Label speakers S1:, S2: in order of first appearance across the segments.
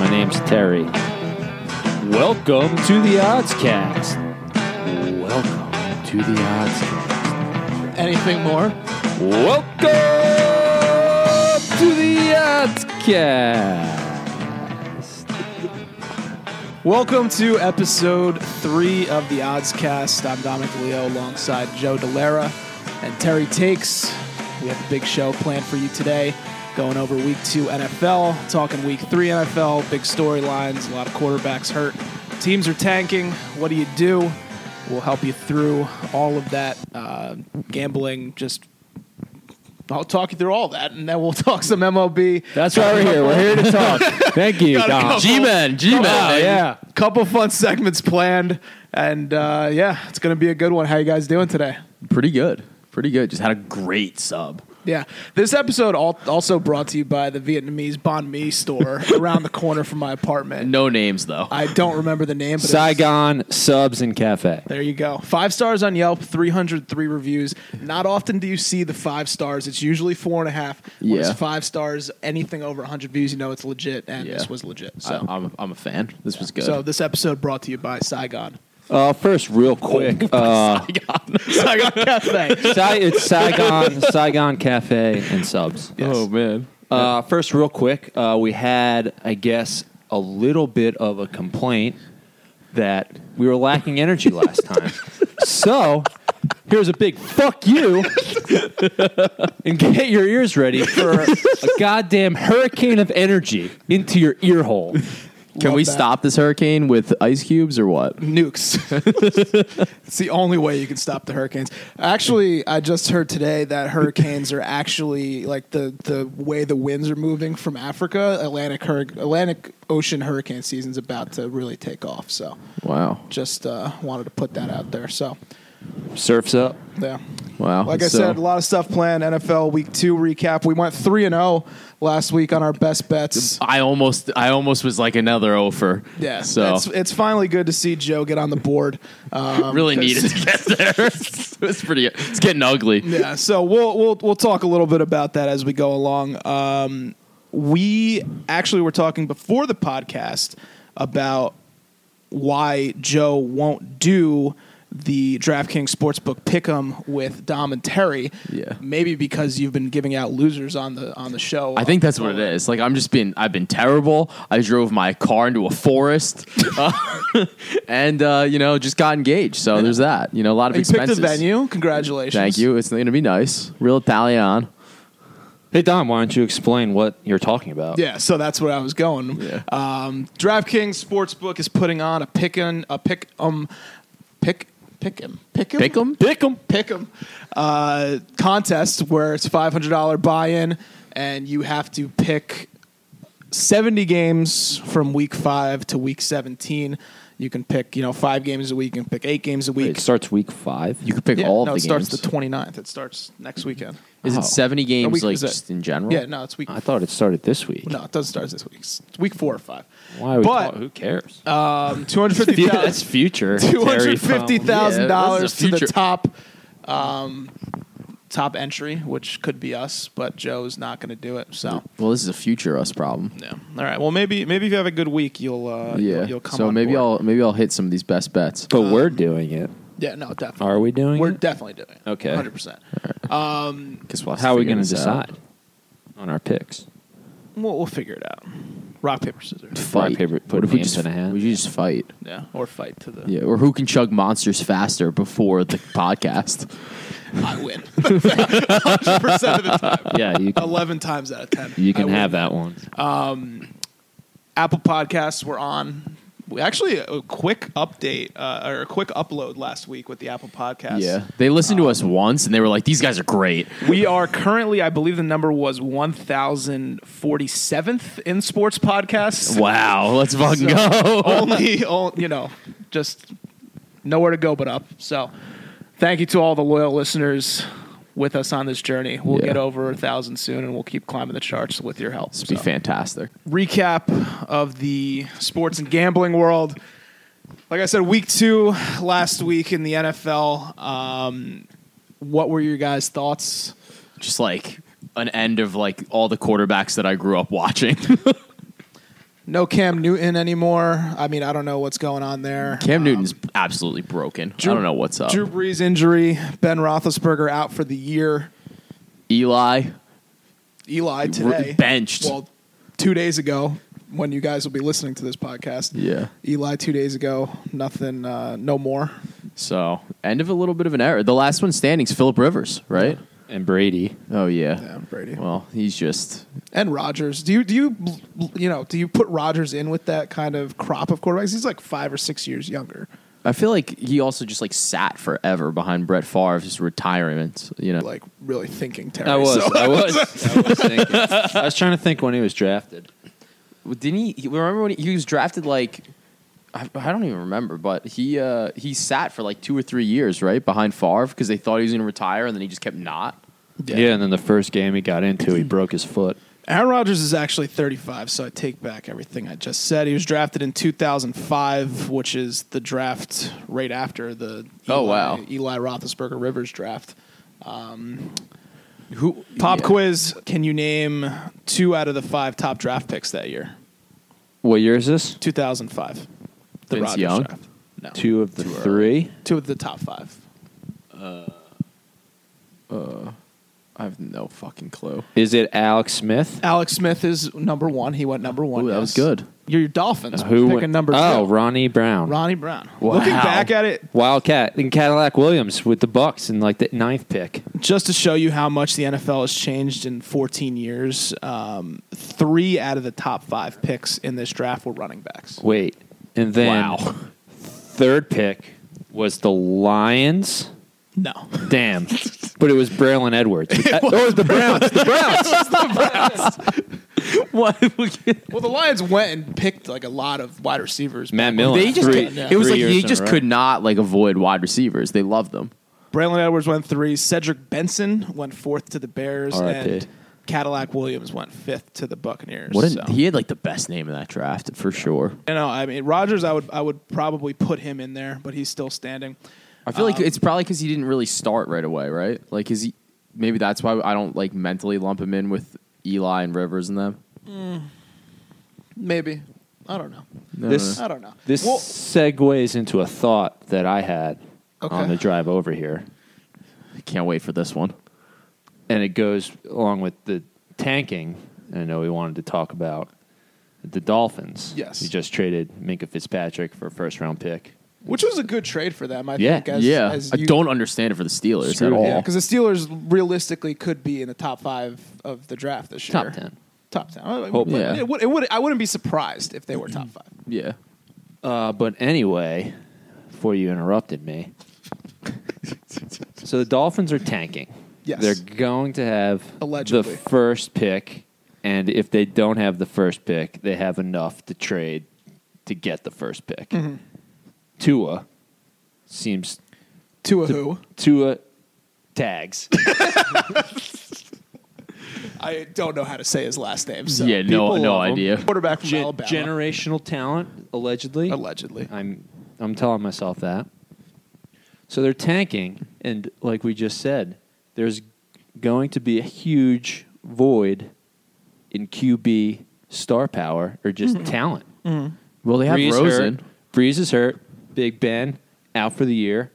S1: My name's Terry. Welcome to the Oddscast. Welcome to the Oddscast.
S2: Anything more?
S1: Welcome to the Oddscast.
S2: Welcome to episode three of the Oddscast. I'm Dominic Leo alongside Joe Delara and Terry Takes. We have a big show planned for you today. Going over week two NFL, talking week three NFL, big storylines, a lot of quarterbacks hurt. Teams are tanking. What do you do? We'll help you through all of that uh, gambling. Just I'll talk you through all that, and then we'll talk some MLB.
S1: That's why we're here. We're here to talk. Thank you,
S2: Gotta
S1: Dom.
S2: go.
S3: G-Man, G-Man.
S1: Wow,
S3: baby.
S1: yeah.
S2: couple fun segments planned and uh, yeah it's gonna be a good one how you guys doing today
S3: Pretty good. Pretty good. Just had a great sub.
S2: yeah this episode al- also brought to you by the vietnamese banh mi store around the corner from my apartment
S3: No names though.
S2: i don't remember the name but it's-
S1: Saigon Subs and Cafe.
S2: there you go five stars on yelp 303 reviews not often do you see the five stars it's usually four and a half when
S3: Yeah.
S2: it's five stars anything over 100 views you know it's legit and
S3: Yeah.
S2: this was legit
S3: so
S2: so
S3: I, am a, I'm a fan. This was good.
S2: so this episode brought to you by saigon
S1: Uh, first, real quick, uh,
S2: saigon cafe
S1: Sai- it's Saigon, Saigon Cafe and Subs.
S3: Oh man.
S1: Uh, first, real quick, uh, we had, I guess, a little bit of a complaint that we were lacking energy last time. so, here's a big fuck you, and get your ears ready for a goddamn hurricane of energy into your ear hole.
S3: Can
S2: Love
S3: we
S2: that.
S3: stop this hurricane with ice cubes or what?
S2: nukes. it's the only way you can stop the hurricanes. Actually, I just heard today that hurricanes are actually like the the way the winds are moving from Africa. Atlantic hur- Atlantic Ocean hurricane season's about to really take off. So,
S3: Wow.
S2: just uh, wanted to put that out there. So,
S1: Surfs up.
S2: yeah.
S3: Wow.
S2: Like I
S3: So-
S2: said, a lot of stuff planned. NFL Week Two recap. We went three and zero last week on our best bets.
S3: I almost I almost was like another offer.
S2: Yeah,
S3: So
S2: it's, it's finally good to see Joe get on the board. Um,
S3: really
S2: 'cause-
S3: needed to get there. it's pretty it's getting ugly.
S2: yeah so we'll we'll we'll talk a little bit about that as we go along um we actually were talking before the podcast about why Joe won't do the DraftKings Sportsbook Pick'em with Dom and Terry.
S3: Yeah.
S2: Maybe because you've been giving out losers on the on the show.
S3: I think that's what it is. Like I'm just been I've been terrible. I drove my car into a forest, uh, and uh, you know just got engaged. So there's that. You know a lot of
S2: You picked
S3: expenses.
S2: the venue. Congratulations.
S3: Thank you. It's going to be nice. Real Italian.
S1: Hey, Dom, why don't you explain what you're talking about?
S2: Yeah, so that's where I was going.
S3: Yeah.
S2: Um, DraftKings Sportsbook is putting on a pickin a pick um pick pick 'em pick 'em
S3: Pick'em?
S2: pick 'em pick 'em uh, contest where it's five hundred dollar buy in and you have to pick 70 games from week 5 to week 17 you can pick you know 5 games a week you can pick 8 games a week
S1: It starts week five.
S3: You could pick
S2: Yeah,
S3: all of
S2: no,
S3: the
S2: it starts
S3: games.
S2: the 29th it starts next weekend
S3: is
S1: Oh.
S3: it 70 games
S2: week-
S3: like
S2: is it-
S3: just in general?
S2: yeah no it's week
S1: I thought it started this week.
S2: no it doesn't start this week it's week 4 or 5
S1: Why are we
S2: But-
S1: talk- Who cares?
S2: um, 250
S1: Yeah, that's future.
S2: two
S1: Terry
S2: hundred
S1: Funk.
S2: fifty thousand
S3: Yeah,
S2: dollars
S3: this is
S2: to
S3: the
S2: the
S3: future.
S2: top, um, top entry, which could be us, but Joe's not going to do it. So
S3: Well, this is a future us problem.
S2: yeah, all right. Well, maybe maybe if you have a good week, you'll uh,
S3: Yeah.
S2: you'll, you'll come.
S3: so
S2: on
S3: maybe
S2: board.
S3: I'll maybe I'll hit some of these best bets.
S1: But we're doing it.
S2: yeah no definitely
S1: Are we doing
S2: we're
S1: it?
S2: definitely doing it.
S1: Okay.
S2: hundred percent.
S3: Because we'll have
S1: How are we
S3: figure
S1: going to
S3: this out.
S1: decide on our picks?
S2: We'll we'll figure it out. Rock paper scissors.
S1: Rock,
S3: Fight.
S1: paper, put
S3: what if we
S1: names
S3: just
S1: in a hat.
S3: We should just fight.
S2: Yeah, or fight to the
S3: Yeah. Or who can chug monsters faster before the podcast?
S2: I win. Hundred percent of the time,
S1: yeah, Uh, you can,
S2: eleven times out of ten.
S1: you can
S2: Oh, I win.
S1: have that one.
S2: Apple Podcasts were on. We actually a quick update uh, or a quick upload last week with the Apple Podcasts.
S3: Yeah. They listened to us once and they were like, "These guys are great."
S2: We are currently, I believe the number was 1047th in sports podcasts.
S3: Wow. Let's fucking go.
S2: Only, all, you know, just nowhere to go but up. So thank you to all the loyal listeners with us on this journey. We'll
S3: Yeah.
S2: get over a thousand soon and we'll keep climbing the charts with your help.
S3: This would be
S2: So.
S3: fantastic.
S2: recap of the sports and gambling world. Like I said, week two last week in the NFL. Um, what were your guys' thoughts?
S3: Just like an end of like all the quarterbacks that I grew up watching.
S2: No Cam Newton anymore. I mean, I don't know what's going on there.
S3: Cam uh, Newton's Um, absolutely broken. I don't know what's up.
S2: Drew Brees injury. Ben Roethlisberger out for the year.
S3: Eli
S2: Eli
S3: r-
S2: today
S3: benched.
S2: Well, two days ago, when you guys will be listening to this podcast.
S3: yeah.
S2: Eli two days ago, nothing, uh, no more.
S3: So end of a little bit of an era. The last one standing's Philip Rivers, right?
S1: And Brady.
S3: Oh yeah.
S2: Yeah, Brady
S3: Well, he's just
S2: and Rogers. Do you do you you know do you put Rogers in with that kind of crop of quarterbacks? He's like five or six years younger.
S3: I feel like he also just like sat forever behind Brett Favre's retirement. You know,
S2: Like really thinking Terry.
S1: I was.
S2: So-
S1: I was. I was, thinking. I was trying to think when he was drafted.
S3: didn't he? he- Remember when he, he was drafted? Like, I, I don't even remember, but he uh, he sat for like two or three years, right, behind Favre because they thought he was going to retire, and then he just kept not.
S1: Yeah. and then the first game he got into, he broke his foot.
S2: Aaron Rodgers is actually 35, so I take back everything I just said. He was drafted in 2005, which is the draft right after the
S3: Oh,
S2: Eli-
S3: wow.
S2: Eli Roethlisberger Rivers draft. Um,
S3: Who
S2: Pop
S3: yeah.
S2: quiz: Can you name two out of the five top draft picks that year?
S1: What year is this?
S2: 2005. The
S3: Vince
S2: Rodgers
S3: Young?
S2: draft. No, two.
S1: Two of the three.
S2: of the top five.
S3: I have no fucking clue.
S1: Is it Alex Smith?
S2: Alex Smith is number one. He went number one.
S3: Ooh, that
S2: yes.
S3: was good.
S2: Your Dolphins
S1: Uh, Who
S2: picking
S1: went-
S2: number
S1: Oh,
S2: two.
S1: Ronnie Brown.
S2: Ronnie Brown.
S1: Wow.
S2: Looking back at it,
S1: Wildcat and Cadillac Williams with the Bucks in like the ninth pick.
S2: just to show you how much the NFL has changed in 14 years, um, three out of the top five picks in this draft were running backs.
S1: Wait, and then
S3: Wow.
S1: third pick was the Lions.
S2: No.
S1: Damn, but it was Braylon Edwards. Uh, oh, it was the Browns. The Browns.
S3: What?
S2: Well, the Lions went and picked like a lot of wide receivers.
S1: Matt Millen.
S3: they just
S1: Three-
S3: could, it was
S1: three
S3: like
S1: years
S3: they
S1: in a
S3: just
S1: row.
S3: could not like avoid wide receivers. They loved them.
S2: Braylon Edwards went three. Cedric Benson went fourth to the Bears,
S1: R.I.P.
S2: and Cadillac Williams went fifth to the Buccaneers.
S3: What a,
S2: so.
S3: he had like the best name in that draft for sure.
S2: You know, I mean, Rogers. I would, I would probably put him in there, but he's still standing.
S3: I feel like
S1: Um,
S3: it's probably because he didn't really start right away, right? Like, is he? Maybe that's why I don't like mentally lump him in with Eli and Rivers and them.
S2: Maybe I don't know.
S3: Uh,
S1: This
S2: I don't know.
S1: this
S2: Well-
S1: segues into a thought that I had
S2: Okay.
S1: on the drive over here,
S3: I can't wait for this one.
S1: and it goes along with the tanking. I know we wanted to talk about the Dolphins.
S2: Yes.
S1: we just traded Minka Fitzpatrick for a first round pick.
S2: Which was a good trade for them. I
S1: Yeah.
S2: think. As,
S3: yeah,
S2: as
S3: I
S2: you-
S3: don't understand it for the Steelers
S1: Screw
S3: at
S1: it.
S3: all.
S2: Yeah, because the Steelers realistically could be in the top five of the draft this year.
S1: Top 10.
S2: Top ten. Well, it
S1: Hope-
S2: would-
S3: Yeah.
S2: it would- it would- I wouldn't be surprised if they were top five.
S3: Yeah.
S1: Uh, but anyway, before you interrupted me, so the Dolphins are tanking.
S2: Yes.
S1: They're going to have
S2: Allegedly.
S1: the first pick, and if they don't have the first pick, they have enough to trade to get the first pick.
S2: Mm-hmm.
S1: Tua seems
S2: To a who?
S1: Tua tags.
S2: I don't know how to say his last name. So
S3: Yeah, no-
S2: people
S3: no
S2: love him.
S3: idea.
S2: Quarterback from
S1: Gen-
S2: Alabama.
S1: generational talent, allegedly.
S2: allegedly.
S1: I'm I'm telling myself that. So they're tanking, and like we just said, there's going to be a huge void in QB star power or just talent.
S3: Well, Mm-hmm. they have
S1: Breeze
S3: Rosen.
S1: hurt. Breeze is hurt. Big Ben out for the year,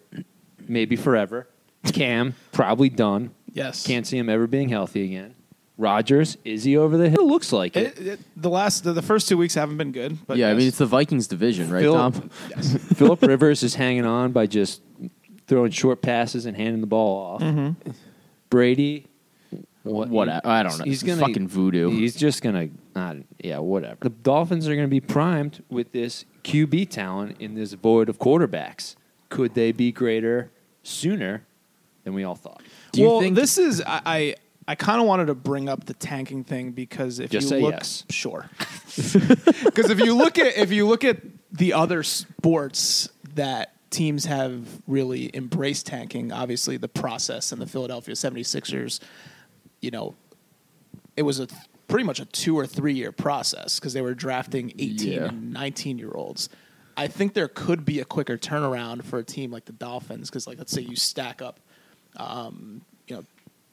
S1: maybe forever. Cam probably done.
S2: Yes.
S1: Can't see him ever being healthy again. Rogers is he over the hill? It looks like it.
S2: It, it, the last, the, the first two weeks haven't been good. But
S3: yeah, I
S2: yes.
S3: mean it's the Vikings division, right,
S1: Phil-
S3: Tom?
S1: Philip Rivers is hanging on by just throwing short passes and handing the ball off. Brady, what,
S3: What- I don't know.
S1: He's gonna
S3: Fucking voodoo.
S1: He's just gonna, not, yeah, whatever. The Dolphins are gonna be primed with this QB talent in this void of quarterbacks. Could they be greater sooner than we all thought?
S3: Do you
S2: well,
S3: think-
S2: this is I I, I kind of wanted to bring up the tanking thing because if
S1: Just
S2: you
S1: say
S2: look,
S1: yes.
S2: sure, because if you look at if you look at the other sports that teams have really embraced tanking, obviously the process and the Philadelphia 76ers, you know, it was a pretty much a two or three year process because they were drafting 18
S3: Yeah.
S2: and 19 year olds. I think there could be a quicker turnaround for a team like the Dolphins because, like, let's say you stack up, um, you know,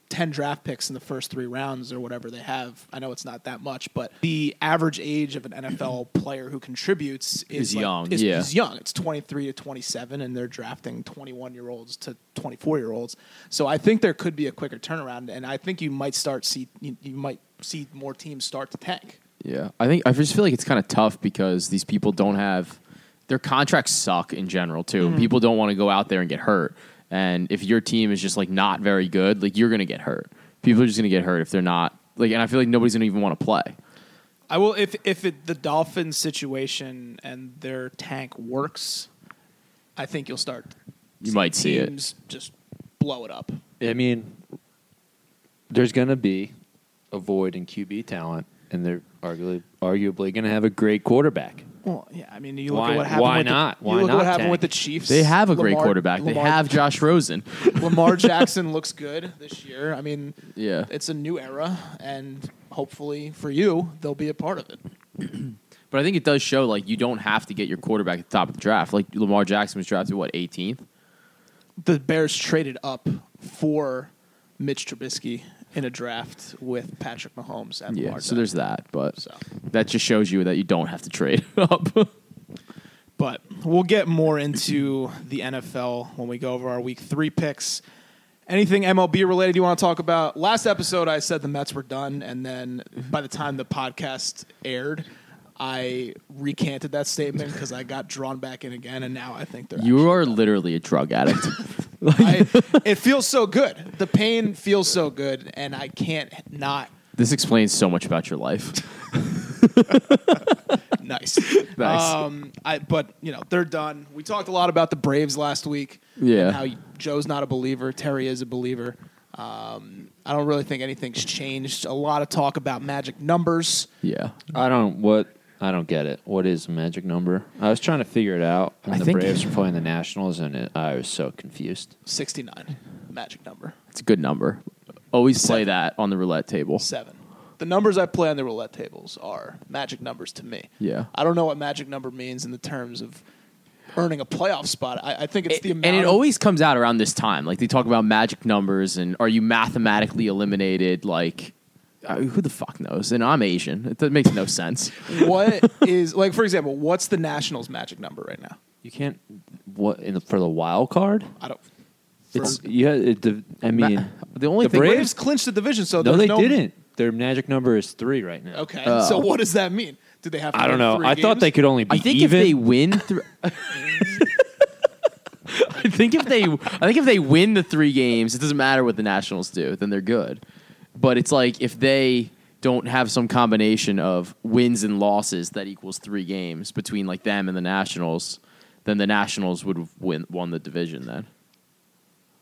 S2: ten draft picks in the first three rounds or whatever they have. I know it's not that much, but the average age of an NFL player who contributes is,
S3: Is
S2: like-
S3: young,
S2: Is,
S3: yeah.
S2: is young. It's twenty three to twenty seven, and they're drafting twenty one year olds to twenty four year olds. So I think there could be a quicker turnaround, and I think you might start see you, you might see more teams start to tank.
S3: Yeah, I think I just feel like it's kind of tough because these people don't have their contracts suck in general too.
S2: Mm-hmm.
S3: People don't want to go out there and get hurt, and if your team is just like not very good, like you're gonna get hurt. People are just gonna get hurt if they're not like, and I feel like nobody's gonna even want to play.
S2: I will if if it, the Dolphins situation and their tank works, I think you'll start.
S3: You might see it.
S2: teams Just blow it up.
S1: I mean, there's going to be a void in QB talent, and they're arguably arguably going to have a great quarterback.
S2: Well, yeah. I mean, you look
S1: Why-
S2: at what happened.
S1: why
S2: with
S1: not?
S2: The,
S1: Why
S2: you look at
S1: not
S2: what happened
S1: tank?
S2: with the Chiefs.
S3: They have a great
S2: Lamar-
S3: quarterback.
S2: Lamar-
S3: They have Josh Rosen.
S2: Lamar Jackson looks good this year. I mean,
S3: Yeah.
S2: it's a new era, and hopefully for you, they'll be a part of it.
S3: But I think it does show like you don't have to get your quarterback at the top of the draft. Like Lamar Jackson was drafted what 18th.
S2: The Bears traded up for Mitch Trubisky in a draft with Patrick Mahomes and Lamar.
S3: so there's that, but
S2: Jackson. so.
S3: that just shows you that you don't have to trade up.
S2: But we'll get more into the NFL when we go over our week three picks. Anything MLB related you want to talk about? Last episode, I said the Mets were done, and then by the time the podcast aired, I recanted that statement because I got drawn back in again, and now I think they're.
S3: you are literally a drug addict.
S2: I, it feels so good. The pain feels so good, and I can't not.
S3: This explains so much about your life.
S2: Nice.
S3: Nice.
S2: Um, I, but you know they're done. We talked a lot about the Braves last week.
S3: Yeah.
S2: and how Joe's not a believer. Terry is a believer. Um, I don't really think anything's changed. A lot of talk about magic numbers.
S3: yeah.
S1: I don't what I don't get it. What is the magic number? I was trying to figure it out. And
S3: I
S1: the
S3: think-
S1: Braves were playing the Nationals, and it, I was so confused.
S2: Sixty nine, magic number
S3: It's a good number. Always play that on the roulette table.
S2: seven. The numbers I play on the roulette tables are magic numbers to me.
S3: Yeah.
S2: I don't know what magic number means in the terms of earning a playoff spot. I, I think it's the
S3: and
S2: amount.
S3: it
S2: of-
S3: always comes out around this time. Like they talk about magic numbers and are you mathematically eliminated? Like, uh, who the fuck knows? And I'm Asian. It, that makes no sense.
S2: what is like for example, what's the Nationals magic number right now?
S1: You can't what in the, for the wild card.
S2: I don't.
S1: It's yeah. It, the, I mean,
S3: the only
S1: the
S3: thing
S1: Braves-
S2: Braves clinched the division, so
S1: no,
S2: there's
S1: they
S2: no,
S1: didn't. Their magic number is three right now.
S2: Okay, so what does that mean? Did they have? To
S1: I don't
S2: win
S1: know.
S2: three
S1: I thought
S2: games?
S1: they could only be
S3: I think
S1: even.
S3: if they win, thr I think if they, I think if they win the three games, it doesn't matter what the Nationals do, then they're good. But it's like if they don't have some combination of wins and losses that equals three games between like them and the Nationals, then the Nationals would have win won the division. Then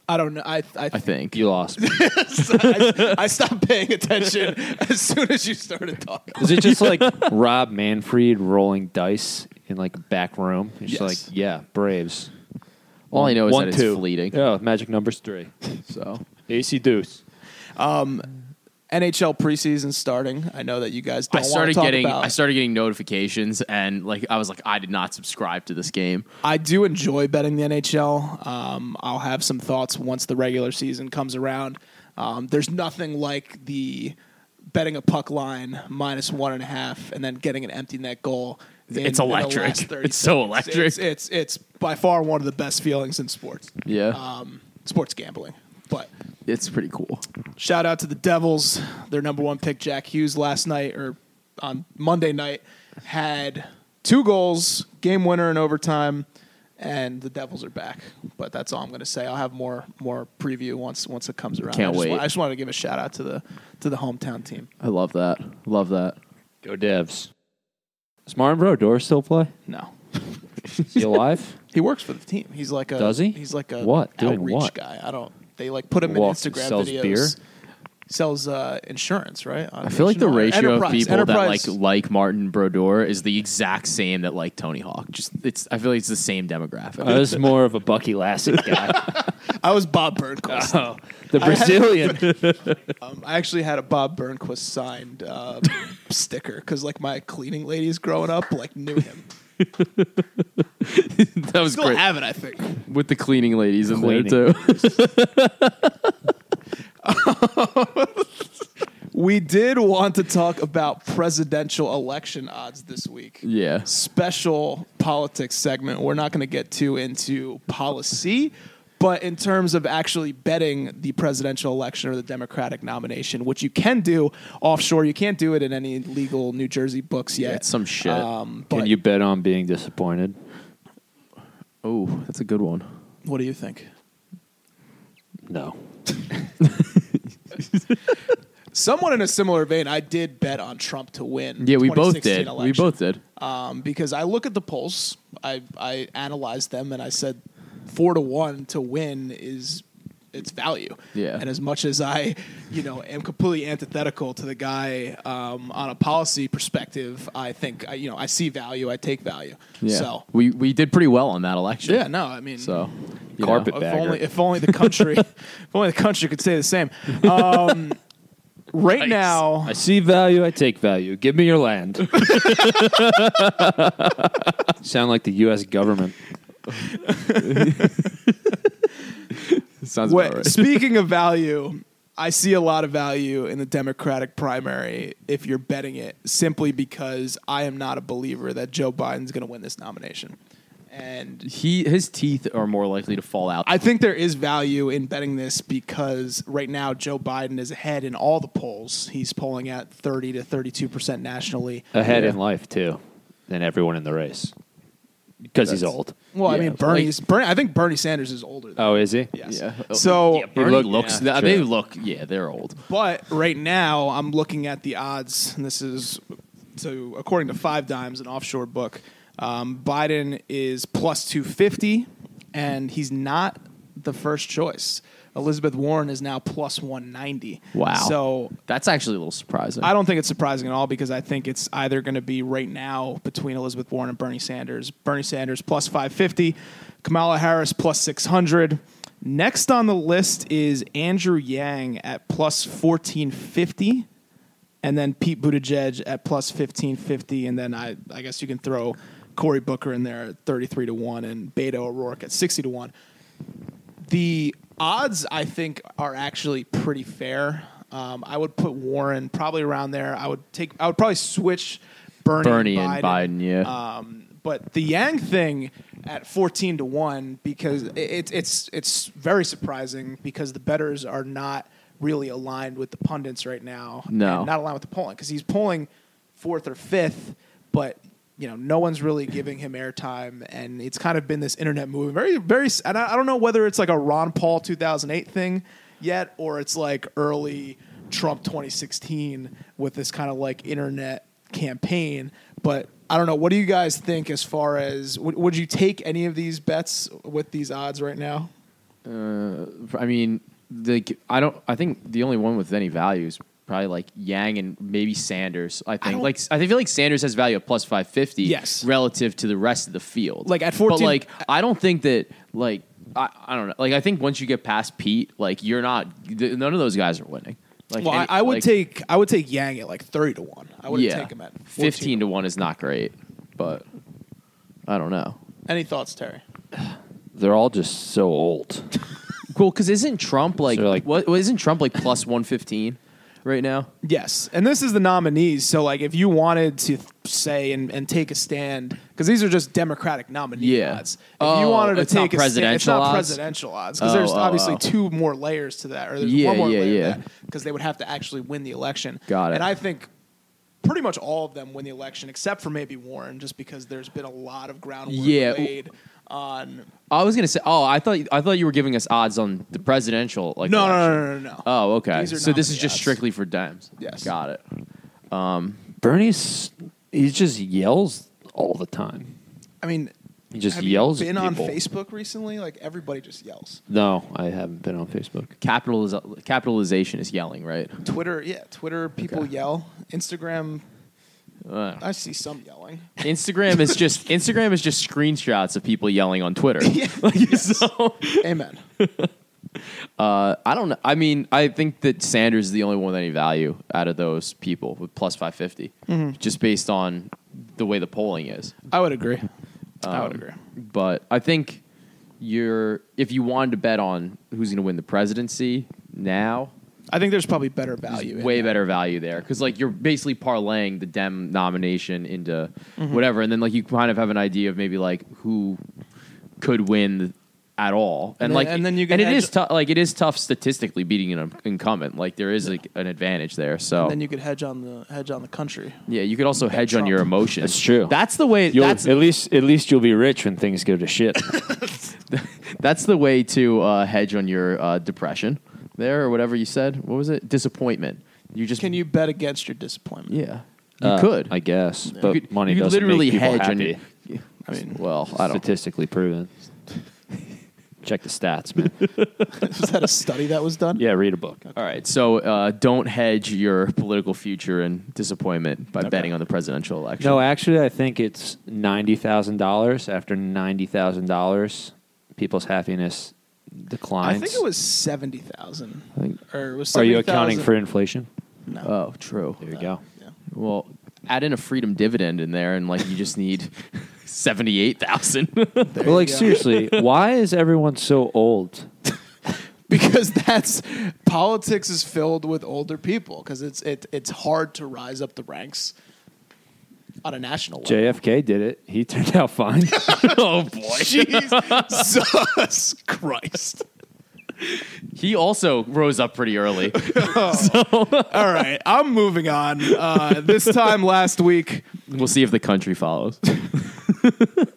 S2: I don't know. I I,
S3: I think
S1: you lost. Me.
S2: I, I stopped paying attention as soon as you started talking.
S1: Is it just like Rob Manfred rolling dice in like a back room? He's just
S2: Yes.
S1: like, yeah, Braves.
S3: all I know is
S1: One,
S3: that
S1: two.
S3: it's fleeting.
S1: Yeah, magic numbers three.
S3: So
S1: AC Deuce.
S2: NHL preseason starting. I know that you guys. Don't
S3: I
S2: wanna
S3: started
S2: talk
S3: getting
S2: About.
S3: I started getting notifications and like I was like I did not subscribe to this game.
S2: I do enjoy betting the NHL. Um, I'll have some thoughts once the regular season comes around. Um, there's nothing like the betting a puck line minus one and a half and then getting an empty net goal. in-
S3: It's
S2: in the
S3: electric.
S2: last 30
S3: It's so
S2: seconds.
S3: electric.
S2: It's, it's it's by far one of the best feelings in sports,
S3: Yeah,
S2: Uh, sports gambling. But
S3: it's pretty cool.
S2: shout out to the Devils. Their number one pick, Jack Hughes, last night or on Monday night had two goals, game winner in overtime, and the Devils are back. But that's all I'm going to say. I'll have more more preview once once it comes around.
S3: Can't
S2: I just
S3: wait.
S2: wa- I just wanted to give a shout out to the to the hometown team.
S3: I love that. Love that.
S1: Go Devs. Does Martin Brodeur still play?
S2: No.
S1: Is he alive?
S2: He works for the team. He's like a
S1: Does he?
S2: He's like a
S1: What? Doing
S2: outreach
S1: what?
S2: guy. I don't. They like put him
S1: Walks
S2: in
S1: and
S2: Instagram
S1: sells
S2: videos.
S1: beer?
S2: Sells uh, insurance, right?
S3: I feel like the ratio of people
S2: Enterprise.
S3: that like like Martin Brodeur is the exact same that like Tony Hawk. Just it's I feel like it's the same demographic.
S1: I was more of a Bucky Lassick guy.
S2: I was Bob Burnquist.
S3: Oh.
S1: the Brazilian.
S2: Um, I actually had a Bob Burnquist signed uh, sticker because like my cleaning ladies growing up like knew him.
S3: that was
S2: Still
S3: great
S2: have it, I think.
S3: with the cleaning ladies in
S1: Cleaning.
S3: there too.
S2: we did want to talk about presidential election odds this week.
S3: Yeah.
S2: Special politics segment. We're not going to get too into policy, but in terms of actually betting the presidential election or the Democratic nomination, which you can do offshore, you can't do it in any legal New Jersey books yet.
S3: it's some shit.
S2: Um, but
S1: Can you bet on being disappointed?
S3: Oh, that's a good one.
S2: what do you think?
S1: No.
S2: Somewhat in a similar vein, I did bet on Trump to win.
S3: Yeah, we both
S2: 2016
S3: did. We
S2: election.
S3: both did.
S2: um, because I look at the polls, I I analyzed them, and I said four to one to win is its value.
S3: Yeah.
S2: And as much as I, you know, am completely antithetical to the guy um, on a policy perspective, I think I, you know I see value, I take value.
S3: Yeah.
S2: So
S3: we we did pretty well on that election.
S2: yeah, no, I mean,
S3: So you know.
S1: Carpet.
S2: if
S1: Bagger.
S2: only if only the country, if only the country could say the same. Um, right now,
S1: I see value, I take value. Give me your land. Sound like the U.S. government.
S3: Sounds
S2: Wait,
S3: about right.
S2: Speaking of value, I see a lot of value in the Democratic primary if you're betting it, simply because I am not a believer that Joe Biden's going to win this nomination. And
S3: He his teeth are more likely to fall out.
S2: I think there is value in betting this because right now Joe Biden is ahead in all the polls. He's polling at 30 to 32% nationally.
S1: Ahead
S3: Yeah.
S1: in life, too, than everyone in the race. Because he's
S3: That's-
S1: old.
S2: Well, I
S3: Yeah,
S2: mean,
S3: like- Uh,
S2: Bernie's, Bernie, I think Bernie Sanders is older than
S1: Oh, is he?
S2: yes.
S3: yeah.
S2: So
S1: Bernie
S3: Bernie
S1: looks-
S3: yeah, they
S1: sure.
S3: look yeah, they're old.
S2: But right now, I'm looking at the odds, and this is so according to Five Dimes, an offshore book. Um, Biden is plus 250, and he's not the first choice. Elizabeth Warren is now plus 190.
S3: Wow.
S2: So
S3: That's actually a little surprising.
S2: I don't think it's surprising at all because I think it's either going to be right now between Elizabeth Warren and Bernie Sanders. Bernie Sanders plus 550, Kamala Harris plus 600. Next on the list is Andrew Yang at plus 1450, and then Pete Buttigieg at plus 1550. And then I, I guess you can throw Cory Booker in there at 33 to 1 and Beto O'Rourke at 60 to 1 the odds I think are actually pretty fair. Um, I would put Warren probably around there. I would take. I would probably switch Bernie,
S3: Bernie
S2: and
S3: and Biden, yeah.
S2: Um, but the Yang thing at fourteen to one because it, it, it's it's very surprising because the betters are not really aligned with the pundits right now.
S3: No.
S2: and not aligned with the polling because he's polling fourth or fifth, but. You know, no one's really giving him airtime, and it's kind of been this internet movement. Very, very, and I, I don't know whether it's like a Ron Paul 2008 thing yet, or it's like early Trump 2016 with this kind of like internet campaign. But I don't know. What do you guys think as far as would, would you take any of these bets with these odds right now?
S3: I mean, the I don't. I think the only one with any value is probably like Yang and maybe Sanders. I think
S2: don't-
S3: like I feel like Sanders has value at plus five fifty.
S2: Yes.
S3: relative to the rest of the field.
S2: Like, at 14
S3: but like I don't think that like I, I don't know. Like I think once you get past Pete, like you're not. th- None of those guys are winning. Like,
S2: well,
S3: any-
S2: I, I would
S3: like,
S2: take I would take Yang at like thirty to one. I would
S3: yeah,
S2: take him at 14.
S3: fifteen to one is not great, but I don't know.
S2: Any thoughts, Terry?
S1: They're all just so old.
S3: Cool, because isn't Trump like,
S1: So, like-
S3: what? Isn't Trump like plus one fifteen right now?
S2: Yes, and this is the nominees. So, like, if you wanted to th- say and, and take a stand, because these are just Democratic nominee
S3: Yeah.
S2: odds. If you
S3: Oh,
S2: wanted to
S3: it's not
S2: take a stand, it's
S3: presidential
S2: not
S3: odds?
S2: presidential odds because
S3: Oh,
S2: there's
S3: oh,
S2: obviously
S3: oh.
S2: two more layers to that, or there's
S3: Yeah,
S2: one more
S3: yeah,
S2: layer
S3: yeah.
S2: because they would have to actually win the election.
S3: Got it.
S2: And I think pretty much all of them win the election, except for maybe Warren, just because there's been a lot of groundwork
S3: Yeah.
S2: laid on.
S3: I was gonna say. Oh, I thought I thought you were giving us odds on the presidential. Like
S2: No, no,
S3: election.
S2: no, no, no, no.
S3: Oh, okay.
S2: These are
S3: So this is
S2: nominee
S3: just
S2: odds.
S3: strictly for Dems.
S2: Yes.
S3: got it.
S1: Bernie's, he just yells all the time.
S2: I mean,
S1: He just
S2: have
S1: yells
S2: You
S1: at
S2: been on
S1: people.
S2: Facebook recently? Like everybody just yells.
S1: No, I haven't been on Facebook.
S3: Capitaliz- capitalization is yelling, right?
S2: Twitter, yeah, Twitter people yell. Instagram,
S3: Uh,
S2: I see some yelling.
S3: Instagram is just Instagram is just screenshots of people yelling on Twitter. Like, so,
S2: Amen.
S3: uh, I don't know. I mean, I think that Sanders is the only one with any value out of those people with plus five
S2: Mm-hmm.
S3: just based on the way the polling is.
S2: I would agree. I
S3: Um,
S2: would agree.
S3: but I think you're if you wanted to bet on who's going to win the presidency now,
S2: I think there's probably better value. in
S3: way
S2: that.
S3: better value there because like you're basically parlaying the Dem nomination into whatever, and then like you kind of have an idea of maybe like who could win at all,
S2: And
S3: and,
S2: then-
S3: like
S2: and then you can
S3: and it
S2: hedge-
S3: is tough like it is tough statistically beating an in- incumbent. Like there is like an advantage there, so
S2: And then you could hedge on the hedge on the country.
S3: yeah, you could also hedge on
S2: Trump.
S3: your emotions.
S1: That's true.
S3: That's the way.
S1: You'll,
S3: that's
S1: at least at least you'll be rich when things go to shit.
S3: that's the way to uh, hedge on your uh, depression there or whatever you said. What was it? Disappointment. You just
S2: Can you bet against your disappointment?
S3: Yeah, you
S1: Uh,
S3: could.
S1: I guess, but
S3: you could,
S1: money
S3: you could
S1: doesn't
S3: literally
S1: make people
S3: hedge
S1: happy.
S3: on your. I mean, well, I don't.
S1: Statistically proven. Check the stats, man.
S2: Is that a study that was done?
S1: yeah, read a book.
S3: All right, so uh, don't hedge your political future and disappointment by betting on the presidential election.
S1: No, actually, I think it's ninety thousand dollars. After ninety thousand dollars, people's happiness
S2: I
S1: declines.
S2: think it was seventy thousand. Or it was
S1: Are you accounting
S2: 70,000.
S1: for inflation?
S2: No.
S3: oh, true.
S1: There you go.
S2: Yeah.
S3: Well, add in a freedom dividend in there, and like you just need seventy-eight thousand.
S1: well, like
S2: go.
S1: seriously, why is everyone so old?
S2: because that's politics is filled with older people because it's it, it's hard to rise up the ranks on a national level.
S1: JFK did it. He turned out fine.
S3: oh boy.
S2: Jesus Christ!
S3: He also rose up pretty early.
S2: All right, I'm moving on. Uh, this time last week,
S3: we'll see if the country follows.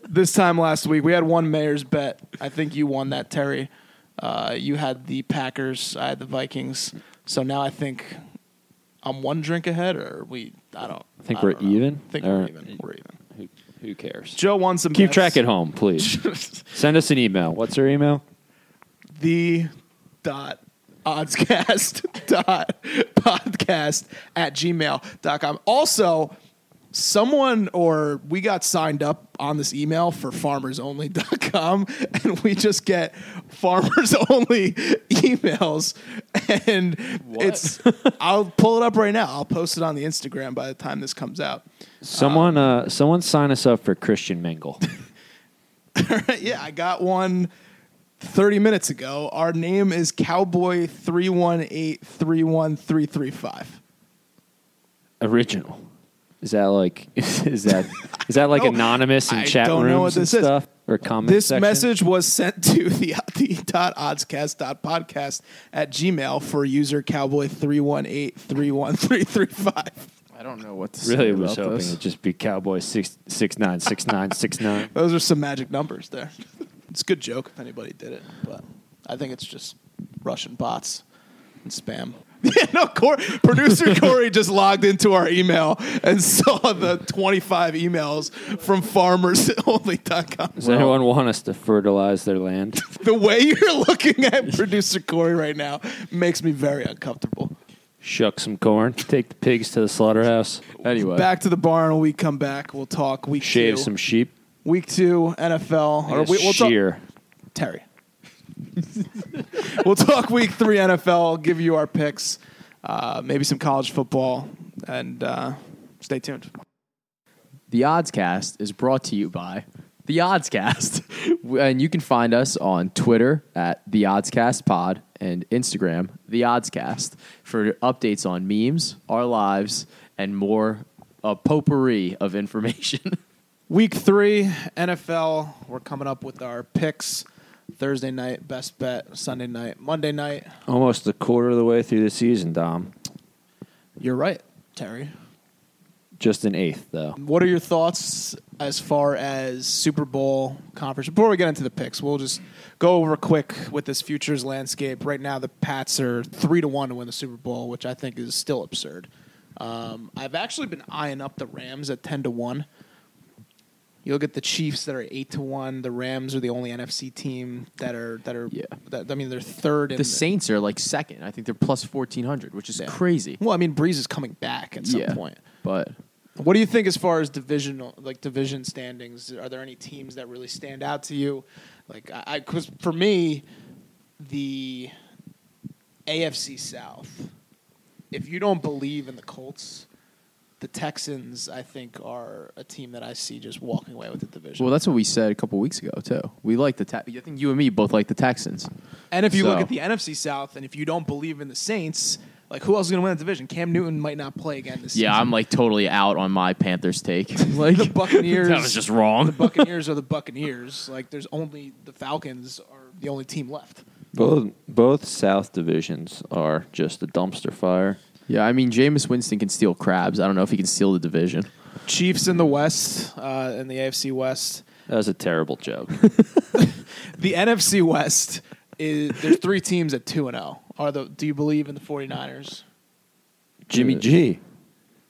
S2: this time last week, we had one mayor's bet. I think you won that, Terry. Uh, you had the Packers. I had the Vikings. So now I think I'm one drink ahead, or we. I don't.
S1: I think
S2: don't
S1: we're even?
S2: I think
S1: All
S2: we're
S1: right.
S2: even. We're even.
S1: who, who cares?
S2: Joe won some.
S1: Keep
S2: bets.
S1: track at home, please. Send us an email. What's our email?
S2: the dot oddscast dot podcast at gmail.com. Also, someone or we got signed up on this email for farmersonly.com and we just get farmers only emails and it's I'll pull it up right now. I'll post it on the Instagram by the time this comes out.
S1: Someone,
S2: Um,
S1: uh, someone sign us up for Christian Mingle.
S2: yeah, I got one 30 minutes ago. Our name is Cowboy 318-31335.
S1: Original. Is that like is that is that like
S2: No,
S1: anonymous in
S2: I
S1: chat
S2: don't
S1: rooms
S2: know what
S1: and
S2: this is.
S1: stuff or comment
S2: This
S1: section?
S2: message was sent to the, the dot oddscast dot podcast at Gmail for user Cowboy 318-31335.
S3: I don't know what to
S1: really was hoping it'd just be Cowboy six six nine six nine six nine.
S2: Those are some magic numbers there. It's a good joke if anybody did it, but I think it's just Russian bots and spam. Yeah, no, Cor- producer Corey just logged into our email and saw the 25 emails from farmersonly.com.
S1: Does anyone want us to fertilize their land?
S2: The way you're looking at producer Corey right now makes me very uncomfortable.
S1: Shuck some corn. Take the pigs to the slaughterhouse.
S3: Anyway,
S2: Back to the barn when we come back. We'll talk week
S1: Shave
S2: two.
S1: some sheep.
S2: week two NFL.
S1: Or
S2: we- we'll talk-
S1: shear.
S2: Terry. we'll talk week three NFL, give you our picks, uh, maybe some college football, and uh, stay tuned.
S3: The Odds Cast is brought to you by The Odds Cast. and you can find us on Twitter at The Odds Cast Pod and Instagram, The Odds Cast, for updates on memes, our lives, and more a potpourri of information.
S2: Week three NFL, we're coming up with our picks Thursday night, best bet, Sunday night, Monday night.
S1: Almost a quarter of the way through the season, Dom.
S2: You're right, Terry.
S1: Just an eighth, though.
S2: What are your thoughts as far as Super Bowl conference? Before we get into the picks, we'll just go over quick with this futures landscape. Right now, the Pats are three to one to win the Super Bowl, which I think is still absurd. Um, I've actually been eyeing up the Rams at ten to one. You look at the Chiefs that are eight to one. The Rams are the only NFC team that are that are.
S3: Yeah.
S2: That, I mean, they're third. In
S3: the Saints are like second. I think they're plus 1,400, which is
S2: Yeah.
S3: crazy.
S2: Well, I mean, Breeze is coming back at some point.
S3: But
S2: What do you think as far as divisional, like division standings? Are there any teams that really stand out to you? Like, I, I cause for me, the AFC South. If you don't believe in the Colts, the Texans, I think, are a team that I see just walking away with the division.
S3: Well, that's what we said a couple weeks ago too. We like the. Ta- I think you and me both like the Texans.
S2: and if you look
S3: so-
S2: at the NFC South, and if you don't believe in the Saints, like who else is going to win that division? Cam Newton might not play again this
S3: Yeah,
S2: season.
S3: I'm like totally out on my Panthers take.
S2: like the Buccaneers.
S3: that was just wrong.
S2: the Buccaneers are the Buccaneers. Like there's only the Falcons are the only team left.
S1: Both both South divisions are just a dumpster fire.
S3: Yeah, I mean, Jameis Winston can steal crabs. I don't know if he can steal the division.
S2: Chiefs in the West, uh, in the AFC West.
S1: That was a terrible joke.
S2: The NFC West is there's three teams at two and zero. Are the do you believe in the 49ers?
S1: Jimmy G,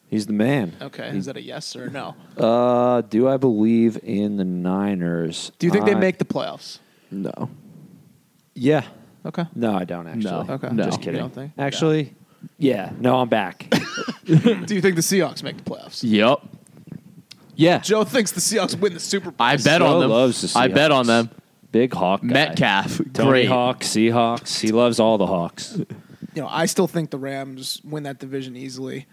S1: he's the man.
S2: Okay, is that a yes or a no?
S1: Uh, do I believe in the Niners?
S2: Do you think they
S1: I-
S2: make the playoffs?
S3: No.
S1: Yeah.
S2: Okay.
S1: No, I don't actually.
S3: No.
S2: Okay.
S3: No.
S1: Just kidding.
S2: You don't think?
S1: Actually, yeah. No, I'm back.
S2: Do you think the Seahawks make the playoffs?
S3: Yep.
S1: yeah.
S2: Joe thinks the Seahawks win the Super Bowl.
S3: I bet
S1: Joe
S3: on them.
S1: loves the
S3: I bet on
S1: Seahawks.
S3: them.
S1: Big Hawk. Guy.
S3: Metcalf.
S1: Tony
S3: Great.
S1: Hawk, Seahawks. He loves all the Hawks.
S2: you know, I still think the Rams win that division easily.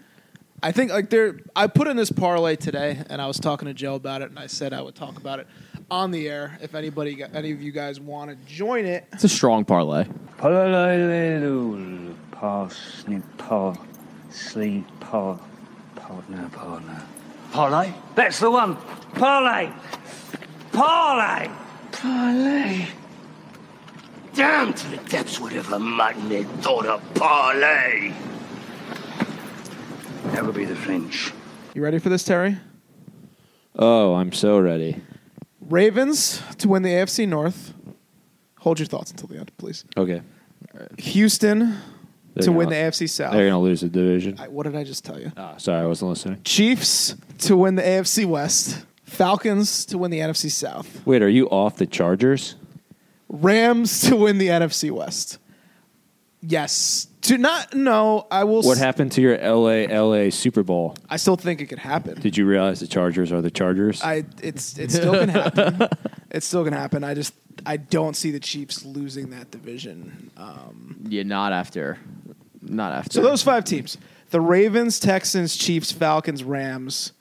S2: I think like they're I put in this parlay today and I was talking to Joe about it and I said I would talk about it on the air if anybody got, any of you guys want to join it.
S3: It's a strong parlay.
S4: Palalalalu, parsnip, par, sleep, par, partner, partner. Parlay? That's the one. Parlay. Parlay. Parlay. Down to the depths whatever magnet thought of parlay. That would be the French.
S2: You ready for this, Terry?
S1: Oh, I'm so ready.
S2: Ravens to win the AFC North. Hold your thoughts until the end, please.
S1: Okay.
S2: Houston
S1: They're
S2: to win the
S1: gonna-
S2: AFC South.
S1: They're gonna lose the division.
S2: I, what did I just tell you?
S1: Ah, sorry, I wasn't listening.
S2: Chiefs to win the AFC West. Falcons to win the NFC South.
S1: Wait, are you off the Chargers?
S2: Rams to win the NFC West. Yes. To not no, I will
S1: What
S2: s-
S1: happened to your LA LA Super Bowl?
S2: I still think it could happen.
S1: Did you realize the Chargers are the Chargers?
S2: I it's it's still gonna happen. It's still gonna happen. I just I don't see the Chiefs losing that division. Uh,
S3: Yeah, not after. Not after.
S2: So those five teams: the Ravens, Texans, Chiefs, Falcons, Rams,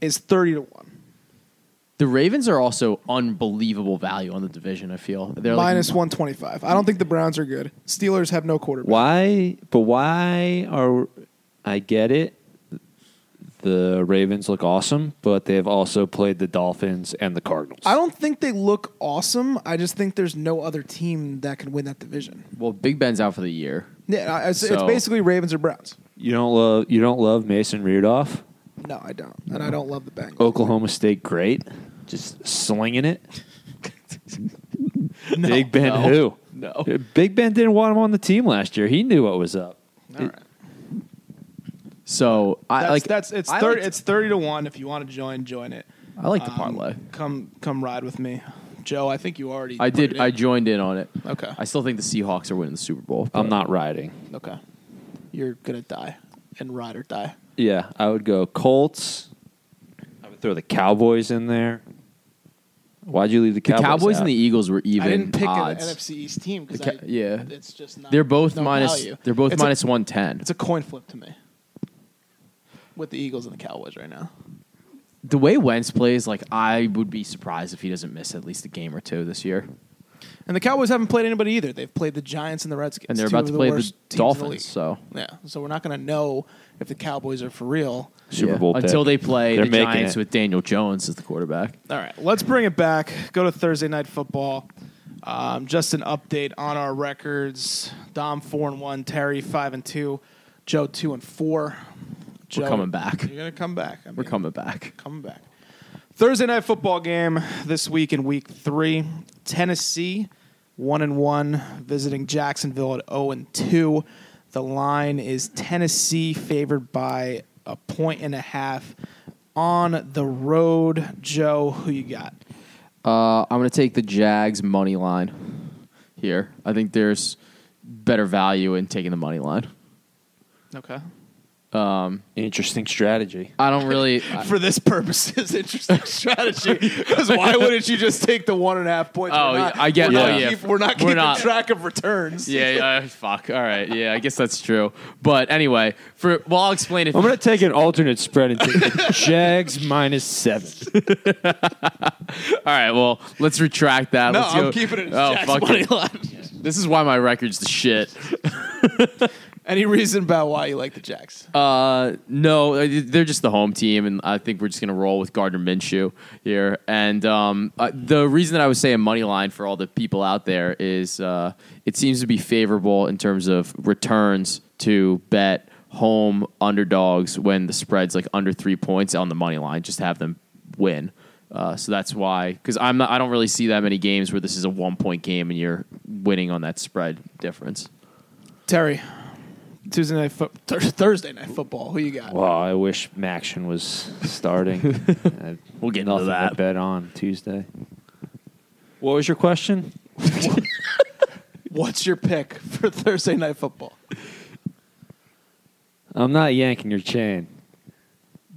S2: is thirty to one.
S3: the Ravens are also unbelievable value on the division. I feel they're
S2: Minus
S3: like,
S2: one twenty five. I don't think the Browns are good. Steelers have no quarterback.
S1: why? But why are I get it? The Ravens look awesome, but they've also played the Dolphins and the Cardinals.
S2: I don't think they look awesome. I just think there's no other team that can win that division.
S3: Well, Big Ben's out for the year.
S2: Yeah, I- it's, it's
S3: So-
S2: basically Ravens or Browns.
S1: you don't love you don't love Mason Rudolph,
S2: No, I don't, and I don't love the Bengals.
S3: Oh,
S1: Oklahoma State great, just slinging it. Big Ben
S3: no,
S1: who?
S3: no.
S1: Big Ben didn't want him on the team last year. He knew what was up.
S2: All right.
S3: So I
S2: That's,
S3: like
S2: that's it's
S3: I
S2: thirty
S3: like-
S2: it's thirty to one. If you want to join, join it.
S3: I like the
S2: Um,
S3: parlay.
S2: Come come ride with me, Joe. I think you already.
S3: I
S2: put it
S3: did.
S2: in.
S3: I joined in on it.
S2: Okay.
S3: I still think the Seahawks are winning the Super Bowl.
S1: I'm not riding.
S2: Okay. You're gonna die and ride or die.
S1: Yeah, I would go Colts. I would throw the Cowboys in there. Why'd you leave the
S3: The
S1: Cowboys?
S3: Cowboys
S1: out?
S3: and the E- Eagles were even
S2: I didn't pick
S3: odds.
S2: an NFC East team because
S3: The ca- yeah.
S2: it's just not.
S3: They're both
S2: no
S3: minus.
S2: value.
S3: They're both
S2: It's a-
S3: minus one ten.
S2: it's a coin flip to me. With the Eagles and the Cowboys right now.
S3: The way Wentz plays, like I would be surprised if he doesn't miss at least a game or two this year.
S2: And the Cowboys haven't played anybody either. They've played the Giants and the Redskins.
S3: And they're
S2: two
S3: about
S2: of
S3: to play the
S2: worst teams in
S3: Dolphins,
S2: league.
S3: so.
S2: yeah, so we're not going to know if the Cowboys are for real.
S1: Super
S3: Yeah.
S1: Bowl pick.
S3: until they play
S1: They're
S3: the
S1: making
S3: Giants
S1: it.
S3: with Daniel Jones as the quarterback.
S2: All right, let's bring it back. Go to Thursday night football. Um, just an update on our records. Dom four and one, Terry five and two, Joe two and four. Joe,
S3: coming back.
S2: You're gonna come back. I
S3: We're
S2: mean,
S3: coming back.
S2: coming back. Thursday night football game this week in week three. Tennessee one and one visiting Jacksonville at 0 and two. The line is Tennessee favored by a point and a half on the road. Joe, who you got?
S3: Uh, I'm going to take the Jags money line here. I think there's better value in taking the money line.
S2: Okay.
S1: Interesting strategy.
S3: I don't really. I-
S2: for this purpose is interesting strategy. Because why wouldn't you just take the one and a half points?
S3: Oh,
S2: We're not-
S3: yeah, I get-
S2: We're,
S1: oh,
S2: not,
S3: yeah.
S2: keep- we're not
S3: We're
S2: keeping
S3: not-
S2: track of returns.
S3: yeah, yeah. Fuck. All right. Yeah, I guess that's true. But anyway, for well, I'll explain it.
S1: I'm gonna take an alternate spread and take the Jags minus seven.
S3: All right. Well, let's retract that.
S2: No,
S3: let's
S2: I'm
S3: go-
S2: keeping it.
S3: Oh,
S2: Oh, Jack's
S3: fuck
S2: money
S3: it.
S2: line.
S3: This is why my record's the shit.
S2: Any reason about why you like the Jacks?
S3: Uh, no, they're just the home team, and I think we're just gonna roll with Gardner Minshew here. And um, uh, the reason that I was saying money line for all the people out there is uh, it seems to be favorable in terms of returns to bet home underdogs when the spread's like under three points on the money line. Just have them win. Uh, so that's why, because I'm not, I don't really see that many games where this is a one point game and you're winning on that spread difference.
S2: Terry, Tuesday night, fo- Thur- Thursday night football. Who you got?
S1: Wow, I wish Maction was starting.
S3: We'll get into
S1: nothing
S3: that.
S1: to bet on Tuesday. What was your question?
S2: What's your pick for Thursday night football?
S1: I'm not yanking your chain,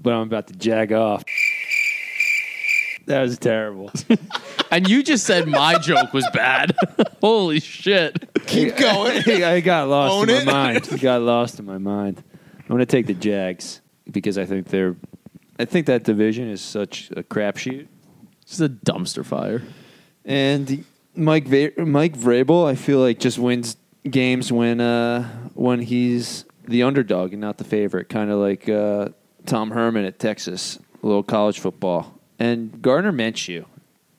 S1: but I'm about to jag off. That was terrible.
S3: And you just said my joke was bad. Holy shit.
S2: Keep going.
S1: I got lost
S2: Own
S1: in
S2: it.
S1: my mind. It got lost in my mind. I'm going to take the Jags because I think they're. I think that division is such a crapshoot.
S3: This is a dumpster fire.
S1: And Mike Va- Mike Vrabel, I feel like just wins games when uh, when he's the underdog and not the favorite, kind of like uh, Tom Herman at Texas, a little college football. And Gardner Minshew,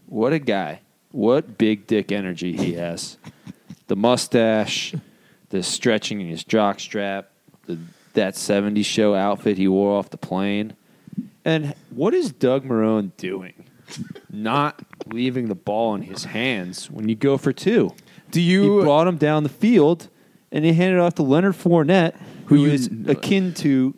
S1: what a guy! What big dick energy he has. The mustache, the stretching in his jock strap, the, that 70s show outfit he wore off the plane. And what is Doug Marone doing? not leaving the ball in his hands when you go for two.
S2: Do
S1: He
S2: you?
S1: brought him down the field, and he handed it off to Leonard Fournette, who
S3: you
S1: is
S3: know.
S1: akin to,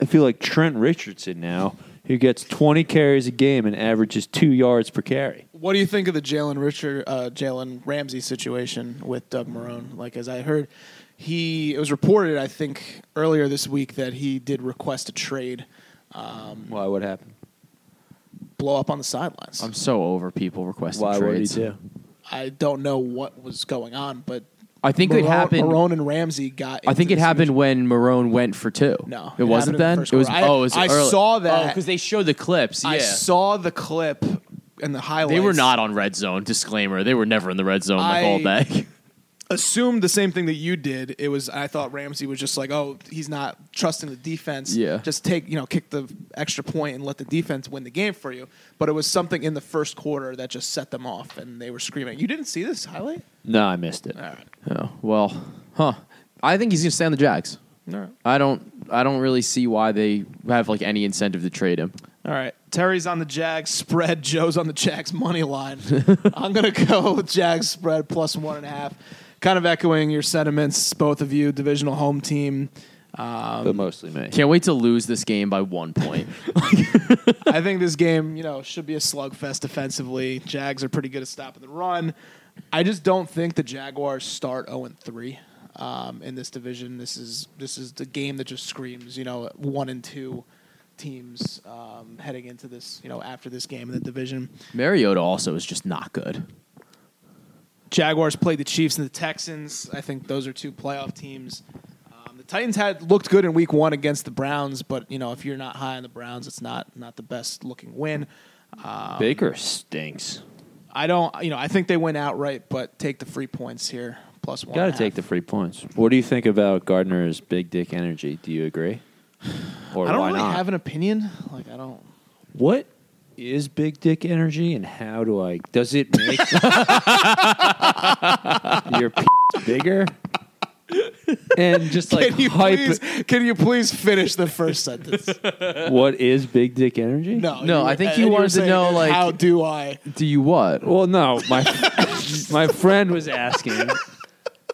S1: I feel like Trent Richardson now, who gets 20 carries a game and averages two yards per carry.
S2: What do you think of the Jalen Richard, uh, Jalen Ramsey situation with Doug Marone? Like, as I heard, he it was reported, I think, earlier this week that he did request a trade. Um,
S1: Why? What happened?
S2: blow up on the sidelines.
S3: I'm so over people requesting
S1: Why? What did
S3: trades.
S1: he do?
S2: I don't know what was going on, but
S3: I think it
S2: Marone-
S3: happened.
S2: Marone and Ramsey got.
S3: I think
S2: into
S3: it
S2: the
S3: happened
S2: situation.
S3: when Marone went for two.
S2: No,
S3: it,
S2: it happened in
S3: wasn't
S2: the
S3: then.
S2: first
S3: it was.
S2: quarter. I-
S3: oh, it was
S2: I
S3: early.
S2: saw that.
S3: because they showed the clips. Yeah,
S2: I saw the clip and the highlights.
S3: they were not on red zone. Disclaimer: They were never in the red zone
S2: I-
S3: like all day.
S2: assumed the same thing that you did. It was I thought Ramsey was just like, oh, he's not trusting the defense.
S3: Yeah.
S2: just take you know, kick the extra point and let the defense win the game for you. But it was something in the first quarter that just set them off, and they were screaming. You didn't see this highlight?
S1: No, I missed it.
S2: All right,
S3: oh, well, huh? I think he's gonna stay on the Jags.
S2: all right,
S3: I don't. I don't really see why they have like any incentive to trade him.
S2: all right. Terry's on the Jags spread. Joe's on the Jags money line. I'm gonna go with Jags spread plus one and a half. Kind of echoing your sentiments, both of you. Divisional home team.
S1: but mostly me.
S3: Can't wait to lose this game by one point.
S2: I think this game, you know, should be a slugfest defensively. Jags are pretty good at stopping the run. I just don't think the Jaguars start 0 3 um, in this division. This is this is the game that just screams, you know, one and two teams um, heading into this, you know, after this game in the division.
S3: Mariota also is just not good.
S2: Jaguars played the Chiefs and the Texans. I think those are two playoff teams. Um, the Titans had looked good in Week One against the Browns, but you know, if you're not high on the Browns, it's not not the best looking win.
S1: Baker stinks.
S2: I don't, you know, I think they win outright, but take the free points here plus one.
S1: Got
S2: and
S1: to
S2: a
S1: take the
S2: half.
S1: free points. What do you think about Gardner's big dick energy? Do you agree? Or
S2: I don't
S1: why
S2: really
S1: not?
S2: have an opinion. Like I don't.
S1: What is big dick energy and how do I does it make your p- bigger? And just like
S2: Can you
S1: hype
S2: please? Can you please finish the first sentence?
S1: what is big dick energy?
S2: No,
S3: No, I think you
S2: were
S3: wanted to
S2: saying,
S3: know, like-
S2: how do I?
S3: Do you what?
S1: Well, no, my my friend was asking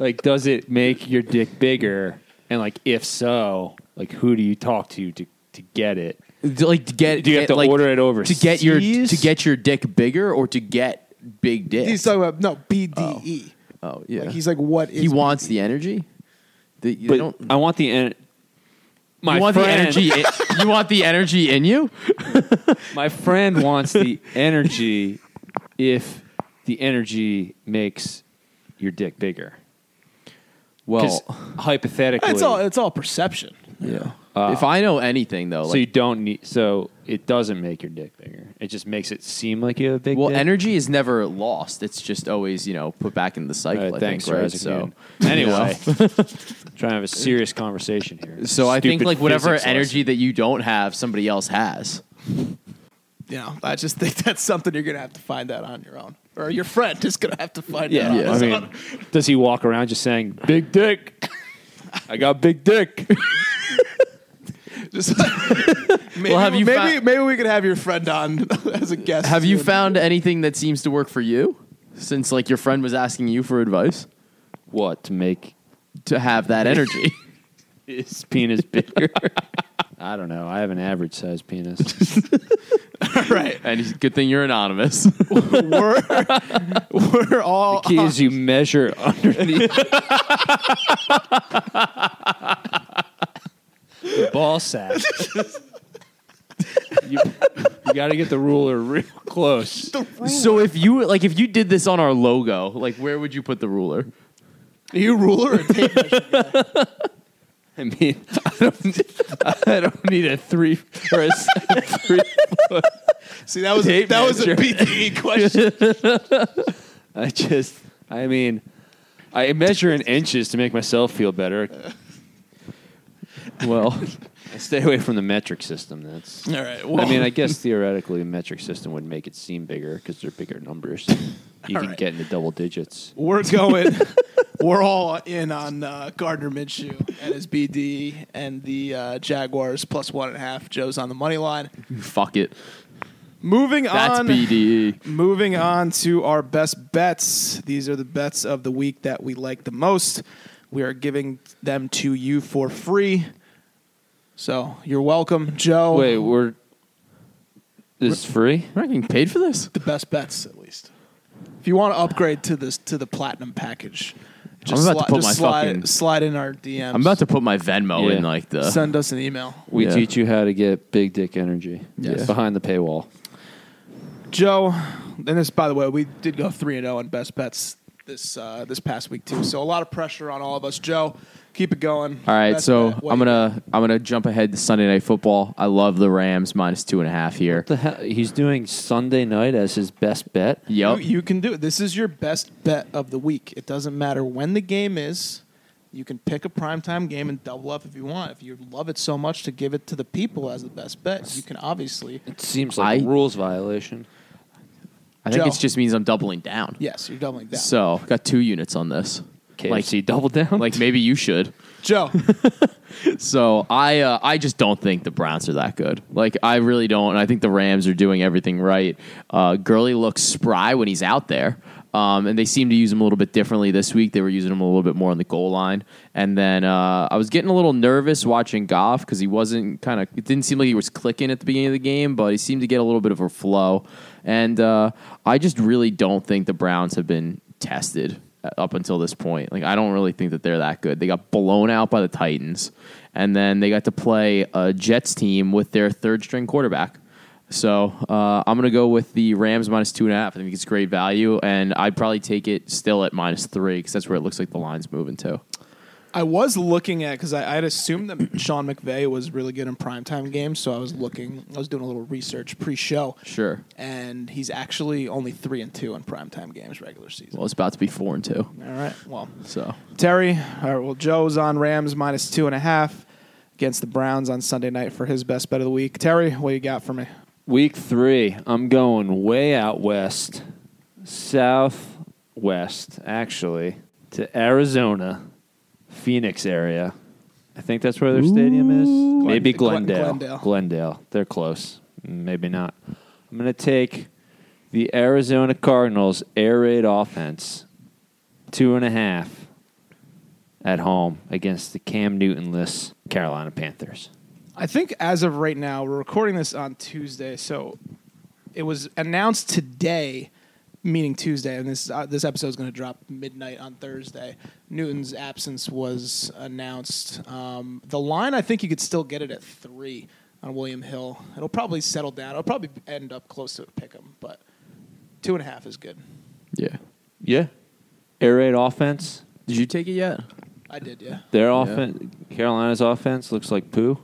S1: like does it make your dick bigger? And like if so, like who do you talk to to to get it?
S3: Do, like to get
S1: Do you have to
S3: get, like,
S1: order it over
S3: to get your to get your dick bigger or to get big dick?
S2: He's talking about no E. BDE.
S3: oh yeah,
S2: Like, he's like, what is?
S3: he wants the energy. The, you
S1: but
S3: don't.
S1: I want the en- My
S3: you want
S1: friend,
S3: the energy? i- you want the energy in you?
S1: My friend wants the energy if the energy makes your dick bigger.
S3: Well, uh,
S1: 'Cause hypothetically,
S2: It's all it's all perception.
S3: yeah. if I know anything though,
S1: uh, so you
S3: like,
S1: don't need. So it doesn't make your dick bigger. It just makes it seem like you have a big.
S3: well,
S1: dick.
S3: energy is never lost. It's just always you know put back in the
S1: All
S3: cycle.
S1: right,
S3: I
S1: thanks,
S3: think, right?
S1: Isaac
S3: So
S1: Newton. Anyway, trying to have a serious conversation here.
S3: So I think
S1: Stupid
S3: like whatever
S1: physics lesson.
S3: energy that you don't have, somebody else has.
S2: You know, I just think that's something you're gonna have to find out on your own, or your friend is gonna have to find
S1: Yeah,
S2: out. on
S1: I
S2: his
S1: mean,
S2: own.
S1: does he walk around just saying "big dick"? I got big dick.
S2: Just maybe,
S3: Well, have you
S2: maybe,
S3: fou-
S2: maybe we could have your friend on as a guest.
S3: Have you
S2: soon.
S3: found anything that seems to work for you? Since like your friend was asking you for advice
S1: what to make
S3: to have that energy.
S1: his penis bigger? I don't know. I have an average sized penis.
S2: right?
S3: and he's- good thing you're anonymous.
S2: We're we're all
S1: Key is you measure underneath. the ball sack. you you got to get the ruler real close.
S3: so if you like if you did this on our logo, like where would you put the ruler?
S2: Are you a ruler or a tape measure?
S1: I mean, I don't, I don't need a three or a s- three.
S2: See, that was a,
S1: Tape
S2: that was a E BTE question.
S1: I just, I mean, I measure in inches to make myself feel better.
S3: Well,
S1: I stay away from the metric system. That's.
S2: All right. Well,
S1: I mean, I guess theoretically, a metric system would make it seem bigger because they're bigger numbers. You
S2: All
S1: can
S2: right.
S1: get into double digits.
S2: we're going. we're all in on uh, Gardner Minshew and his BD and the uh, Jaguars plus one and a half. Joe's on the money line.
S3: fuck it.
S2: Moving
S3: That's E.
S2: on.
S3: BDE.
S2: Moving on to our best bets. These are the bets of the week that we like the most. We are giving them to you for free. So you're welcome, Joe.
S1: Wait, we're. This is free?
S3: We're not getting paid for this.
S2: the best bets at least. If you want to upgrade to this to the platinum package, just,
S3: about
S2: sli-
S3: to put
S2: just
S3: my
S2: slide,
S3: fucking-
S2: slide in our DMs.
S3: I'm about to uh, put my Venmo
S1: Yeah.
S3: in like the
S2: send us an email.
S1: We
S3: Yeah.
S1: teach you how to get big dick energy
S3: Yes.
S1: behind the paywall.
S2: Joe, and this by the way, we did go three and zero in best bets this uh, this past week too. So a lot of pressure on all of us. Joe, keep it going.
S3: All right,
S2: Best
S3: so
S2: bet. What
S3: I'm
S2: do you
S3: gonna I'm gonna jump ahead to Sunday Night Football. I love the Rams minus two and a half here.
S1: The hell? He's doing Sunday night as his best bet.
S3: Yep.
S2: You, you can do it. This is your best bet of the week. It doesn't matter when the game is. You can pick a primetime game and double up if you want. If you love it so much to give it to the people as the best bet, you can obviously.
S1: It seems like a
S3: I-
S1: rules violation.
S3: I think
S2: Joe.
S3: it just means I'm doubling down.
S2: Yes, you're doubling down.
S3: So got two units on this.
S1: Like he double down.
S3: Like maybe you should.
S2: Joe,
S3: So I uh, I just don't think the Browns are that good. Like I really don't. And I think the Rams are doing everything right. Uh, Gurley looks spry when he's out there. Um, and they seem to use him a little bit differently this week. They were using him a little bit more on the goal line. And then uh, I was getting a little nervous watching Goff because he wasn't kind of. It didn't seem like he was clicking at the beginning of the game, but he seemed to get a little bit of a flow. And uh, I just really don't think the Browns have been tested uh, up until this point. Like I don't really think that they're that good. They got blown out by the Titans, and then they got to play a Jets team with their third string quarterback. So uh, I'm gonna go with the Rams minus two and a half. I think it's great value, and I'd probably take it still at minus three because that's where it looks like the line's moving to.
S2: I was looking at because I had assumed that Sean McVay was really good in primetime games, so I was looking. I was doing a little research pre-show,
S3: Sure.
S2: and he's actually only three and two in primetime games regular season.
S3: Well, it's about to be four and two.
S2: All right, well,
S3: So
S2: Terry, all right, well, Joe's on Rams minus two and a half against the Browns on Sunday night for his best bet of the week. Terry, what you got for me?
S1: Week three, I'm going way out west, southwest, actually, to Arizona, Phoenix area. I think that's where their stadium is. Maybe
S2: Glen-
S1: Glendale.
S2: Glendale.
S1: Glendale. They're close. Maybe not. I'm going to take the Arizona Cardinals air raid offense, two and a half at home against the Cam Newton-less Carolina Panthers.
S2: I think as of right now, we're recording this on Tuesday, so it was announced today meeting Tuesday, and this uh, this episode is going to drop midnight on Thursday. Newton's absence was announced. Um, the line, I think you could still get it at three on William Hill. It'll probably settle down. It'll probably end up close to a pick 'em, but two and a half is good.
S3: Yeah.
S1: Yeah. Air raid offense.
S3: Did you take it yet?
S2: I did, yeah.
S1: Their offense, Carolina's offense looks like poo.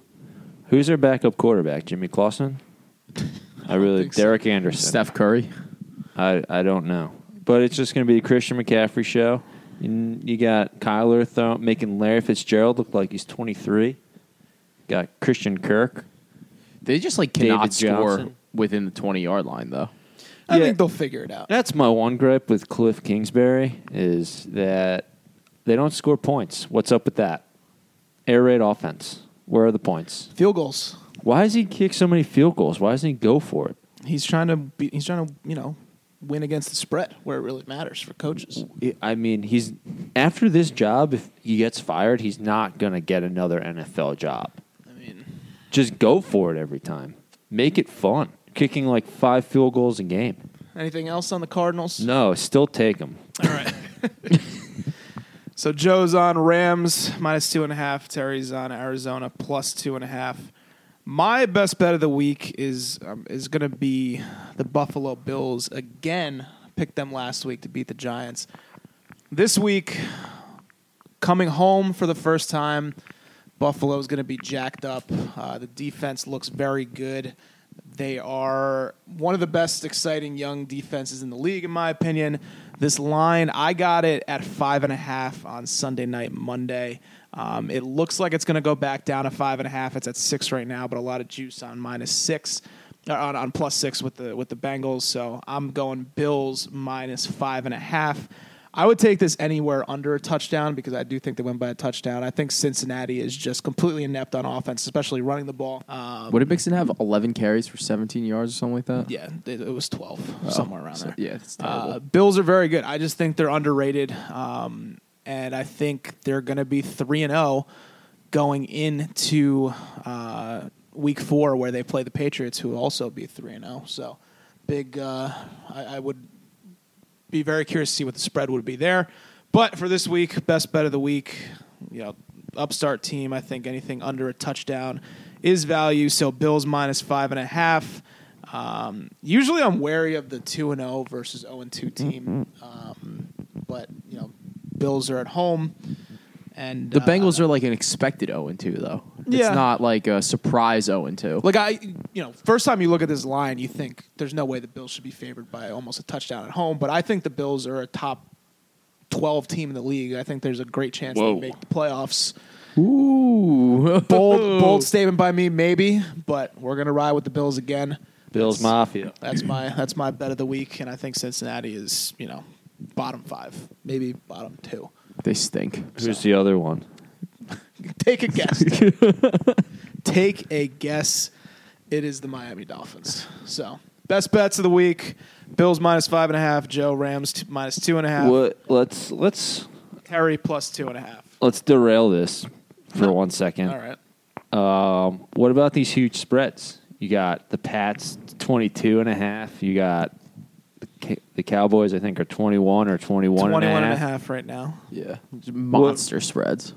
S1: Who's their backup quarterback? Jimmy Clausen. I really
S2: think so.
S1: Derek Anderson.
S3: Steph Curry.
S1: I I don't know, but it's just going to be the Christian McCaffrey show. And You got Kyler throw, making Larry Fitzgerald look like he's 23. Got Christian Kirk.
S3: They just like
S1: David
S3: cannot score
S1: Johnson.
S3: within the twenty yard line though.
S2: I
S1: Yeah.
S2: think they'll figure it out.
S1: That's my one gripe with Cliff Kingsbury is that they don't score points. What's up with that? Air raid offense. Where are the points?
S2: Field goals.
S1: Why does he kick so many field goals? Why doesn't he go for it?
S2: He's trying to be, he's trying to you know win against the spread where it really matters for coaches.
S1: it- I mean, he's after this job. If he gets fired, he's not gonna get another NFL job.
S2: I mean,
S1: Just go for it every time. Make it fun. Kicking like five field goals a game.
S2: anything else on the Cardinals?
S1: No, still take him.
S2: All right. so Joe's on Rams minus two and a half. Terry's on Arizona plus two and a half. My best bet of the week is um, is going to be the Buffalo Bills again. Picked them last week to beat the Giants. This week, coming home for the first time, Buffalo's going to be jacked up. Uh, the defense looks very good. They are one of the best exciting young defenses in the league, in my opinion. This line, I got it at five and a half on Sunday night, Monday. Um, it looks like it's going to go back down to five and a half. It's at six right now, but a lot of juice on minus six, uh, on, on plus six with the with the Bengals. So I'm going Bills minus five and a half. I would take this anywhere under a touchdown because I do think they win by a touchdown. I think Cincinnati is just completely inept on offense, especially running the ball. Um,
S3: Would it Mixon have eleven carries for seventeen yards or something like that?
S2: yeah, it, it was 12, somewhere around
S3: so-
S2: there.
S3: yeah, it's terrible.
S2: uh, Bills are very good. I just think they're underrated, um, and I think they're going to be 3 and 0 going into uh, week four where they play the Patriots, who will also be 3 and 0. So, big, uh, I, I would be very curious to see what the spread would be there. But for this week, best bet of the week, you know, upstart team. I think anything under a touchdown is value. So Bills minus five and a half. Um, usually, I'm wary of the two and zero versus zero and two team. Um, but you know, Bills are at home, and
S3: The
S2: uh,
S3: Bengals are like an expected 0 and 2 though.
S2: Yeah.
S3: It's not like a surprise 0 and 2.
S2: Like I, you know, first time you look at this line, you think there's no way the Bills should be favored by almost a touchdown at home. But I think the Bills are a top twelve team in the league. I think there's a great chance
S1: Whoa.
S2: they make the playoffs.
S3: Ooh.
S2: Bold, bold statement by me, maybe, but we're gonna ride with the Bills again.
S1: Bills
S2: That's-
S1: Mafia.
S2: That's my that's my bet of the week, and I think Cincinnati is you know bottom five, maybe bottom two.
S3: They stink.
S1: Who's the other one?
S2: Take a guess. Take a guess. It is the Miami Dolphins. So best bets of the week: Bills minus five and a half, Joe Rams t- minus two and a half,
S1: What? Let's let's
S2: Terry plus two and a half.
S1: let's derail this for one second.
S2: All right.
S1: Um, what about these huge spreads? You got the Pats 22 and a half. You got the, Ca- the Cowboys, I think, are 21 or 21,
S2: 21
S1: and a half.
S2: right now.
S3: Yeah. Monster spreads.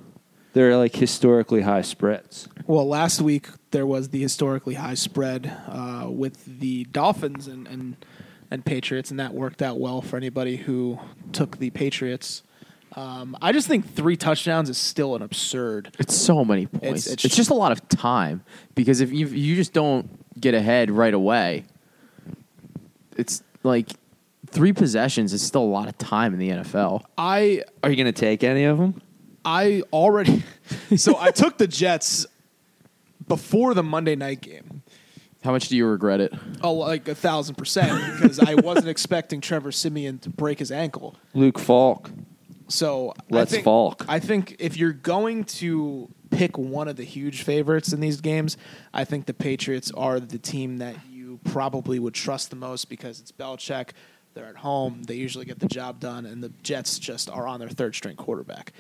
S1: They're like historically high spreads.
S2: Well, last week there was the historically high spread uh, with the Dolphins and, and and Patriots, and that worked out well for anybody who took the Patriots. Um, I just think three touchdowns is still an absurd.
S3: It's so many points.
S2: It's-
S3: It's,
S2: it's-
S3: just a lot of time because if you you just don't get ahead right away, it's like three possessions is still a lot of time in the NFL.
S2: I
S1: Are you going to take any of them?
S2: I already so I took the Jets before the Monday night game.
S3: How much do you regret it?
S2: Oh, like a thousand percent because I wasn't expecting Trevor Simeon to break his ankle.
S1: Luke Falk.
S2: So
S1: Let's
S2: I think,
S1: Falk.
S2: I think if you're going to pick one of the huge favorites in these games, I think the Patriots are the team that you probably would trust the most because it's Belichick. They're at home. They usually get the job done, and the Jets just are on their third string quarterback.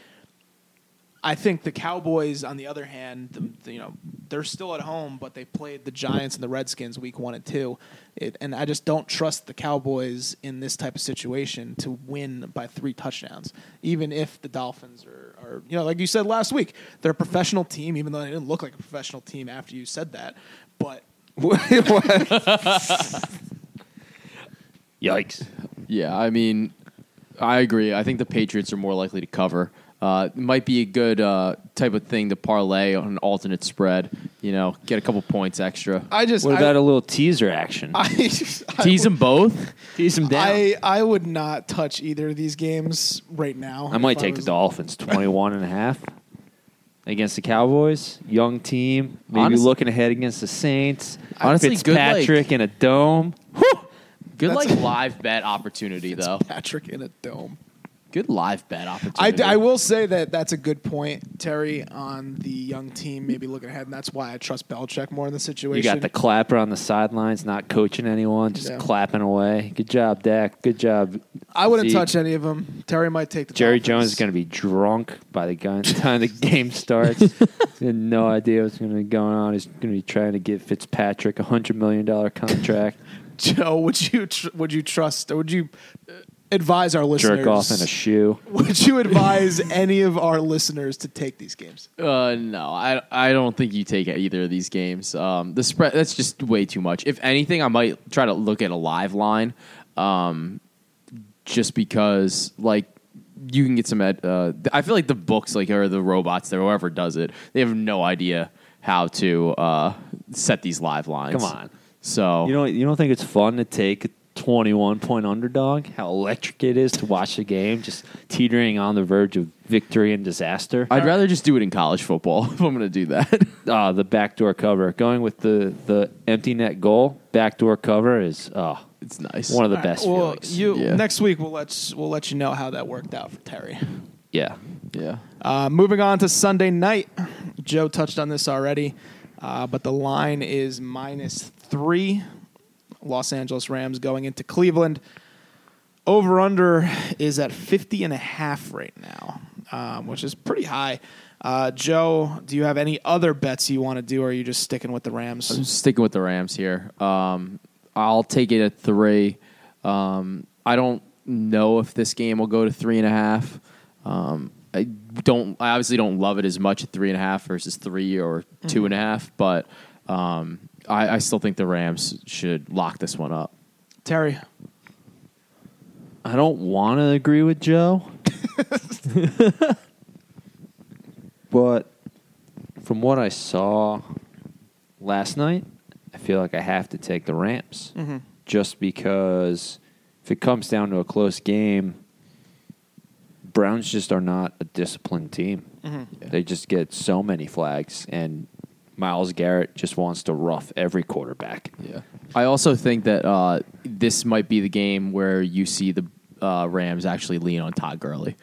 S2: I think the Cowboys, on the other hand, the, the- you know, they're still at home, but they played the Giants and the Redskins week one and two, it, and I just don't trust the Cowboys in this type of situation to win by three touchdowns, even if the Dolphins are, are you know, like you said last week, they're a professional team, even though they didn't look like a professional team after you said that, but.
S1: Yikes.
S3: Yeah, I mean, I agree. I think the Patriots are more likely to cover. Uh, it might be a good uh, type of thing to parlay on an alternate spread. You know, get a couple points extra.
S2: I just
S1: What
S2: I-
S1: about a little teaser action?
S2: I, I
S3: Tease them both.
S1: Tease him down. I,
S2: I, I would not touch either of these games right now.
S1: might
S2: If
S1: take the
S2: was-
S1: Dolphins 21 and a half against the Cowboys. Young team. Maybe
S3: Honest-
S1: looking ahead against the Saints.
S3: Honestly, good, like-
S1: Fitzpatrick in a dome.
S3: Good
S2: That's-
S3: like live bet opportunity though.
S2: Patrick in a dome.
S3: Good live bet
S2: I,
S3: opportunity.
S2: d- I will say that that's a good point, Terry, on the young team maybe looking ahead, and that's why I trust Belichick more in this situation.
S1: You got the clapper on the sidelines, not coaching anyone, just
S2: Yeah.
S1: clapping away. Good job, Dak. Good job.
S2: I wouldn't
S1: Zeke.
S2: touch any of them. Terry might take the
S1: Jerry
S2: Dolphins.
S1: Jones is going to be drunk by the gun- time the game starts. He's got no idea what's going to be going on. He's going to be trying to get Fitzpatrick a hundred million dollar contract,
S2: Joe, would you tr- would you trust? Would you uh, advise our listeners?
S1: jerk off in a shoe.
S2: would you advise any of our listeners to take these games?
S3: Uh, no, I, I don't think you take either of these games. Um, the spread that's just way too much. If anything, I might try to look at a live line, um, just because like you can get some. Ed, uh, th- I feel like the books like or the robots that whoever does it, they have no idea how to uh, set these live lines.
S1: Come on.
S3: so
S1: You don't you don't think it's fun to take a 21 point underdog? How electric it is to watch the game just teetering on the verge of victory and disaster.
S3: I'd rather just do it in college football if I'm going to do that.
S1: uh, the backdoor cover going with the the empty net goal. Backdoor cover is uh,
S3: it's nice.
S1: one of the
S2: All right,
S1: best
S2: Well,
S1: feelings.
S2: you
S3: Yeah.
S2: next week we'll let s- we'll let you know how that worked out for Terry.
S1: yeah.
S3: yeah.
S2: Uh, moving on to Sunday night, Joe touched on this already, uh, but the line is minus three. Los Angeles Rams going into Cleveland. Over under is at 50 and a half right now, um, which is pretty high. Uh, Joe, do you have any other bets you want to do, or are you just sticking with the
S3: I'm
S2: Rams?
S3: sticking with the Rams here. Um, I'll take it at three. Um, I don't know if this game will go to three and a half. Um, I don't. I obviously don't love it as much at three and a half versus three or two and a half, but um, I, I still think the Rams should lock this one up.
S2: Terry,
S1: I don't want to agree with Joe, but from what I saw last night, I feel like I have to take the Rams just because if it comes down to a close game, Browns just are not a disciplined team. They just get so many flags, and Miles Garrett just wants to rough every quarterback.
S3: Yeah. I also think that uh, this might be the game where you see the uh, Rams actually lean on Todd Gurley.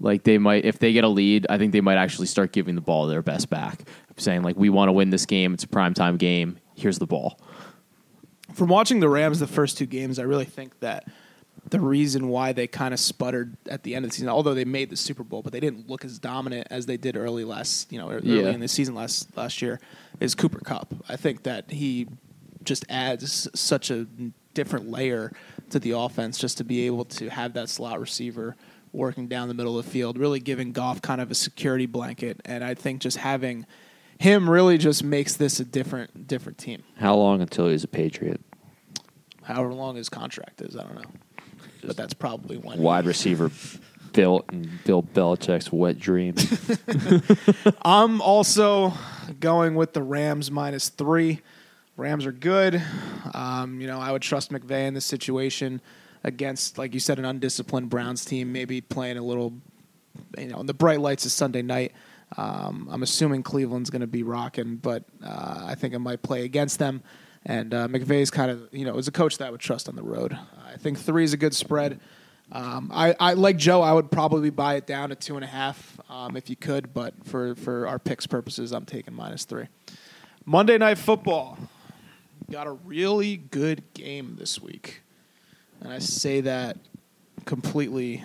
S3: Like they might, if they get a lead, I think they might actually start giving the ball their best back, saying like, "We want to win this game. It's a primetime game. Here's the ball."
S2: from watching the Rams the first two games, I really think that the reason why they kind of sputtered at the end of the season, although they made the Super Bowl, but they didn't look as dominant as they did early last, you know, early
S3: Yeah.
S2: in the season last last year, is Cooper Cup. I think that he just adds such a different layer to the offense, just to be able to have that slot receiver working down the middle of the field, really giving Goff kind of a security blanket, and I think just having him really just makes this a different different team
S1: How long until he's a Patriot?
S2: however long his contract is. I don't know, but that's probably when.
S1: wide receiver built and Bill Belichick's wet dream.
S2: I'm also going with the Rams minus three. Rams are good. Um, you know, I would trust McVay in this situation against, like you said, an undisciplined Browns team, maybe playing a little, you know, in the bright lights of Sunday night. Um, I'm assuming Cleveland's going to be rocking, but uh, I think I might play against them. And uh, McVay's kind of, you know, is a coach that I would trust on the road. I think three is a good spread. Um, I, I like Joe. I would probably buy it down to two and a half um, if you could, but for for our picks purposes, I'm taking minus three. Monday Night Football got a really good game this week, and I say that completely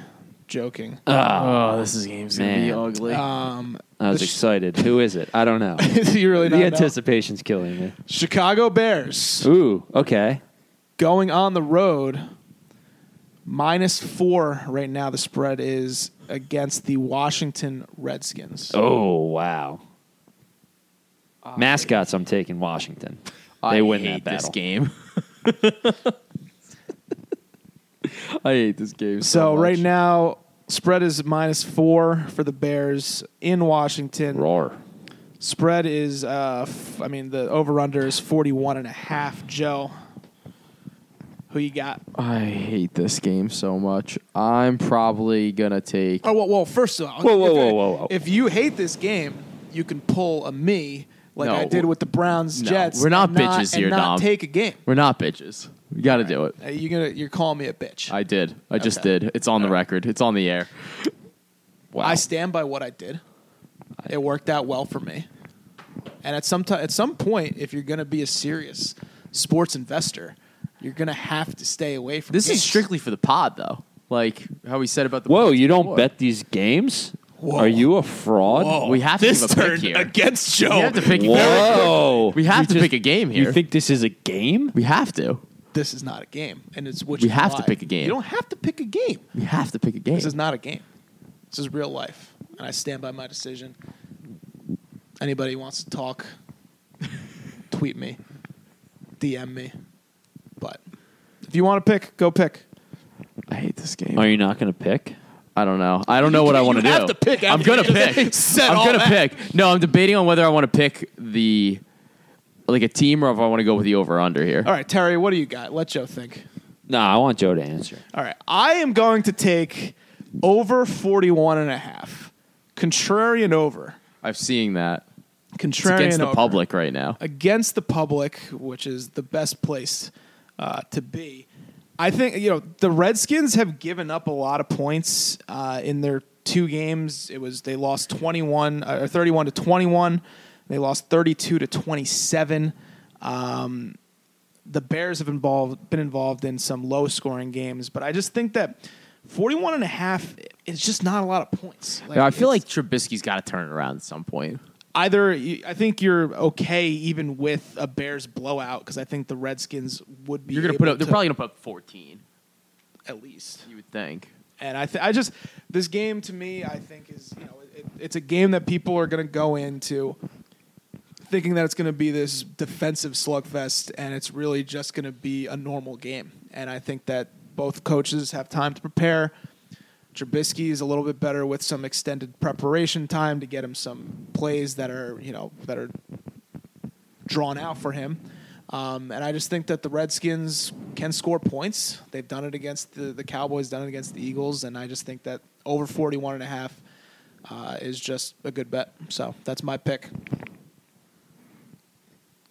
S2: joking.
S3: Oh, this is game's gonna be
S1: Ah, Man.
S3: ugly.
S2: Um,
S1: I was
S2: the Chi-
S1: excited. Who is it? I don't know.
S2: you really not
S1: the
S2: know?
S1: anticipation's killing me.
S2: Chicago Bears
S1: Ooh, okay.
S2: going on the road. Minus four right now. The spread is against the Washington Redskins.
S1: Oh wow. Mascots, I'm taking Washington.
S3: Oh, I
S1: They win
S3: hate
S1: that battle.
S3: this game. I hate this game.
S2: So
S3: much.
S2: right now, spread is minus four for the Bears in Washington.
S1: Roar.
S2: Spread is, uh, f- I mean, the over under is 41 and a half. Joe, who you got?
S3: I hate this game so much. I'm probably gonna take.
S2: Oh, well, well first of all,
S1: Whoa, whoa,
S2: if,
S1: whoa, whoa, whoa.
S2: if you hate this game, you can pull a me like
S3: No.
S2: I did with the Browns
S3: No,
S2: Jets.
S3: we're not
S2: and
S3: bitches
S2: and
S3: here,
S2: not
S3: Dom.
S2: Take a game.
S3: We're not bitches. We got to do it.
S2: Uh, You're gonna you're calling me a bitch.
S3: I did. I just
S2: Okay.
S3: did. It's on the record. It's on the air. Wow.
S2: I stand by what I did. it worked out well for me. And at some ti- at some point, if you're going to be a serious sports investor, you're going to have to stay away from.
S3: this is
S2: games.
S3: strictly for the pod, though. Like how we said about the.
S1: Whoa,
S3: points
S1: you don't
S3: before.
S1: bet these games?
S2: Whoa.
S1: Are you a fraud?
S3: We have to give a pick here.
S2: Oh, against Joe.
S3: We have to pick.
S1: Whoa.
S3: We have to
S1: just-
S3: pick a game here.
S1: You think this is a game?
S3: We have to.
S2: This is not a game, and it's which
S3: We
S2: is
S3: have to
S2: why.
S3: pick a game.
S2: You don't have to pick a game.
S3: We have to pick a game.
S2: This is not a game. This is real life, and I stand by my decision. Anybody who wants to talk, tweet me, DM me. But if you want to pick, go pick.
S3: I hate this game.
S1: Are you not going to pick?
S3: I don't know. I don't know what I want to do.
S2: have to pick
S3: I'm
S2: after
S3: gonna
S2: you just
S3: pick.
S2: said
S3: I'm
S2: all
S3: gonna
S2: that.
S3: pick. No, I'm debating on whether I want to pick the like a team or if I want to go with the over under here.
S2: All right, Terry, what do you got? Let Joe think.
S1: No, I want Joe to answer.
S2: All right. I am going to take over 41 and a half. Contrarian over.
S3: I'm seeing that it's
S2: Contrarian
S3: against the
S2: over.
S3: public right now.
S2: Against the public, which is the best place uh, to be. I think, you know, the Redskins have given up a lot of points uh, in their two games. It was they lost 21 uh, or 31 to 21. They lost 32 to 27. the Bears have involved been involved in some low scoring games, but I just think that 41 and a half is just not a lot of points. Like,
S3: I feel
S2: it's-
S3: like Trubisky's got to turn it around at some point.
S2: either you- I think you're okay even with a Bears blowout because I think the Redskins would be
S3: You're gonna put
S2: able
S3: up. They're
S2: to-
S3: probably gonna put up 14.
S2: at least.
S3: You would think.
S2: And I th- I just this game to me I think is you know it, it's a game that people are going to go into thinking that it's going to be this defensive slugfest and it's really just going to be a normal game. And I think that both coaches have time to prepare. Trubisky is a little bit better with some extended preparation time to get him some plays that are you know that are drawn out for him. Um, and I just think that the Redskins can score points. They've done it against the, the Cowboys, done it against the Eagles, and I just think that over 41 and a half uh, is just a good bet. So that's my pick.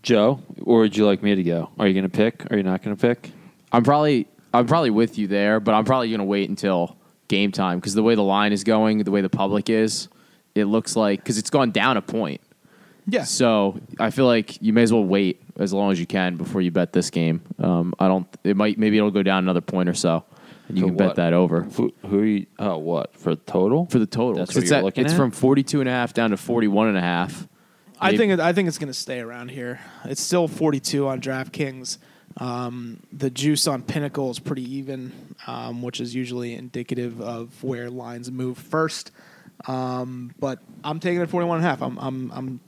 S1: Joe, or would you like me to go? Are you going to pick? Are you not going to pick?
S3: I'm probably I'm probably with you there, but I'm probably gonna wait until game time because the way the line is going, the way the public is, it looks like because it's gone down a point.
S2: Yeah.
S3: So I feel like you may as well wait as long as you can before you bet this game. Um, I don't. It might maybe it'll go down another point or so, and you
S1: For
S3: can
S1: what?
S3: bet that over
S1: Who, who are you? Oh, what? For total?
S3: for the total.
S1: That's
S3: 'Cause
S1: what
S3: it's
S1: you're
S3: at-
S1: looking
S3: It's
S1: at?
S3: from forty two and a half down to forty one and a half.
S2: I
S3: Maybe-
S2: think it, I think it's going to stay around here. It's still 42 on DraftKings. Um, the juice on Pinnacle is pretty even, um, which is usually indicative of where lines move first. Um, but I'm taking it 41 and a half. I'm I'm I'm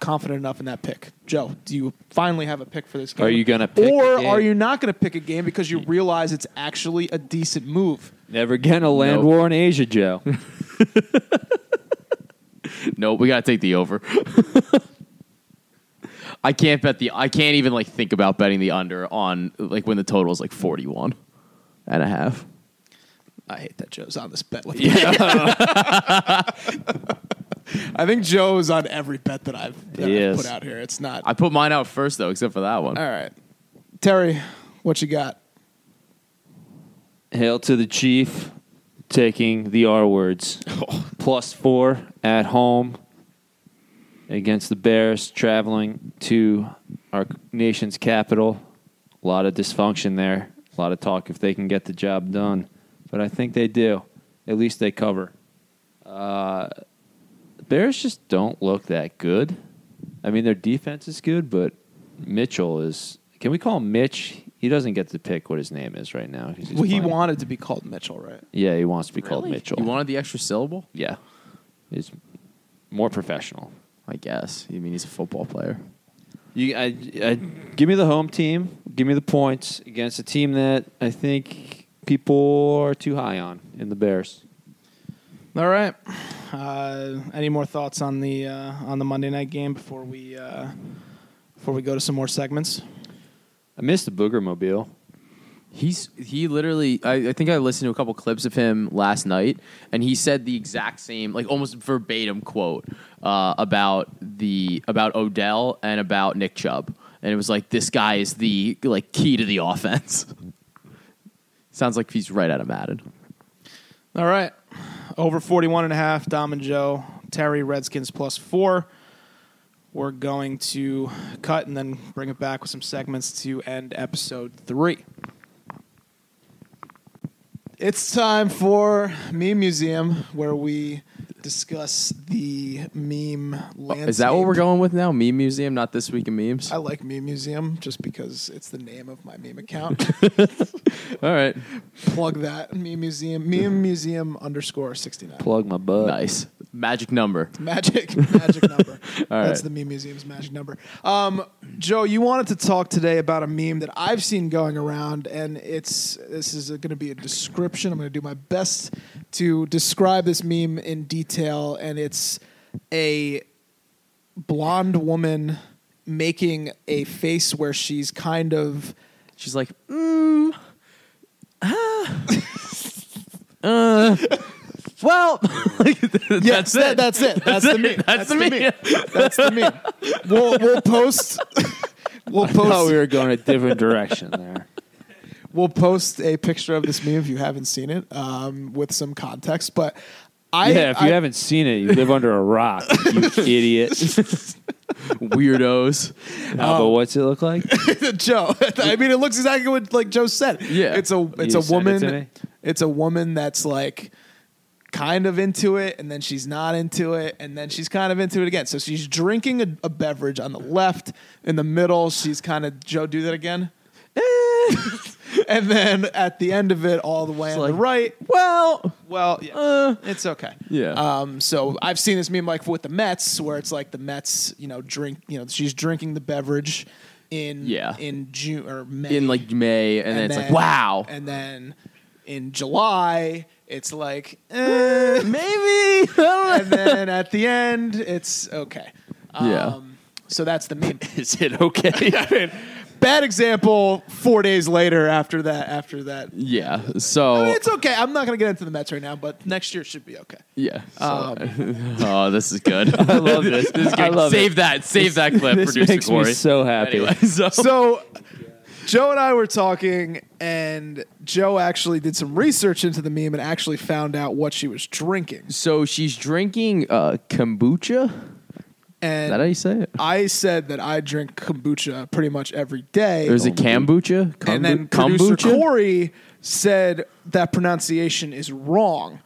S2: confident enough in that pick. Joe, do you finally have a pick for this game?
S1: Are you gonna pick a
S2: or
S1: game?
S2: are you not going to pick a game because you realize it's actually a decent move?
S1: Never again a land
S3: Nope.
S1: war in Asia, Joe.
S3: No, we gotta take the over. I can't bet the. I can't even like think about betting the under on like when the total is like forty one and a half.
S2: I hate that Joe's on this bet with me. I think Joe's on every bet that I've, that
S1: He
S2: I've
S1: is.
S2: put out here. It's not.
S3: I put mine out first though, except for that one.
S2: All right. Terry, what you got?
S1: Hail to the chief taking the R words. Plus four at home against the Bears, traveling to our nation's capital. A lot of dysfunction there. A lot of talk if they can get the job done. But I think they do. At least they cover. Uh, Bears just don't look that good. I mean, their defense is good, but Mitchell is. Can we call him Mitch? He doesn't get to pick what his name is right now. 'cause he's
S2: Well, he
S1: playing.
S2: wanted to be called Mitchell, right?
S1: Yeah, he wants to be called
S3: Really?
S1: Mitchell.
S3: You wanted the extra syllable?
S1: yeah, he's more professional.
S3: I guess. You mean he's a football player?
S1: You, I, I, give me the home team. Give me the points against a team that I think people are too high on in the Bears.
S2: All right. Uh, any more thoughts on the uh, on the Monday night game before we uh, before we go to some more segments?
S1: I missed the Booger Mobile.
S3: He's he literally. I, I think I listened to a couple clips of him last night, and he said the exact same, like almost verbatim quote uh, about the about Odell and about Nick Chubb, and it was like this guy is the like key to the offense. Sounds like he's right out of Madden.
S2: All right. Over 41 and a half, Dom and Joe, Terry, Redskins plus four. We're going to cut and then bring it back with some segments to end episode three. It's time for Meme Museum, where we discuss the meme landscape.
S3: Uh, Is that what we're going with now? Meme Museum, not this week in memes.
S2: I like Meme Museum just because it's the name of my meme account.
S3: All right,
S2: Plug that Meme Museum, Meme Museum underscore 69.
S1: Plug my butt.
S3: nice magic number.
S2: Magic, magic number. That's
S3: right.
S2: the meme museum's magic number. Um, Joe, you wanted to talk today about a meme that I've seen going around, and it's this is going to be a description. I'm going to do my best to describe this meme in detail, and it's a blonde woman making a face where she's kind of
S3: She's like, mm, ah, uh, well, that's
S2: Yes, that-
S3: it.
S2: that's it. That's, the meme.
S3: it. That's the meme.
S2: That's the meme. We'll we'll post. We'll post.
S1: Oh, we were going a different direction there.
S2: we'll post a picture of this meme if you haven't seen it um, with some context. But I,
S1: yeah, if you
S2: I-
S1: haven't seen it, you live under a rock, you idiot.
S3: weirdos.
S1: no, but what's it look like?
S2: Joe, I mean, it looks exactly what like Joe said.
S3: Yeah.
S2: it's a it's
S1: You
S2: a
S1: sent it
S2: woman.
S1: to me?
S2: it's a woman that's like kind of into it, and then she's not into it, and then she's kind of into it again. So she's drinking a, a beverage on the left. In the middle, she's kind of Joe. Do that again.
S1: Eh.
S2: and then at the end of it, all the way on the
S3: like-
S2: right.
S3: Well, uh,
S2: Well, yeah, it's okay.
S3: yeah.
S2: Um, so I've seen this meme like with the Mets, where it's like the Mets, you know, drink, you know, she's drinking the beverage in
S3: Yeah.
S2: in June or May,
S3: in like May, and, then it's like, wow,
S2: and then in July it's like eh,
S3: maybe.
S2: and then at the end it's okay. Um,
S3: Yeah.
S2: so that's the meme.
S1: Is it okay?
S2: Bad example. Four days later, after that, after that,
S3: yeah.
S2: I mean,
S3: So
S2: it's okay. I'm not gonna get into the Mets right now, but next year should be okay.
S3: yeah. So,
S2: um,
S3: oh, this is good. I
S1: love this.
S3: This is good.
S1: I love
S3: save
S1: it.
S3: that. Save that clip.
S1: This
S3: producer
S1: makes
S3: Corey.
S1: me so happy.
S3: Anyway, so,
S2: so Joe and I were talking, and Joe actually did some research into the meme and actually found out what she was drinking.
S3: so she's drinking uh, kombucha. Is
S2: And
S3: that how you say it?
S2: I said that I drink kombucha pretty much every day.
S3: There's a kombucha. Kombu-
S2: and then producer
S3: kombucha.
S2: Corey said that pronunciation is wrong.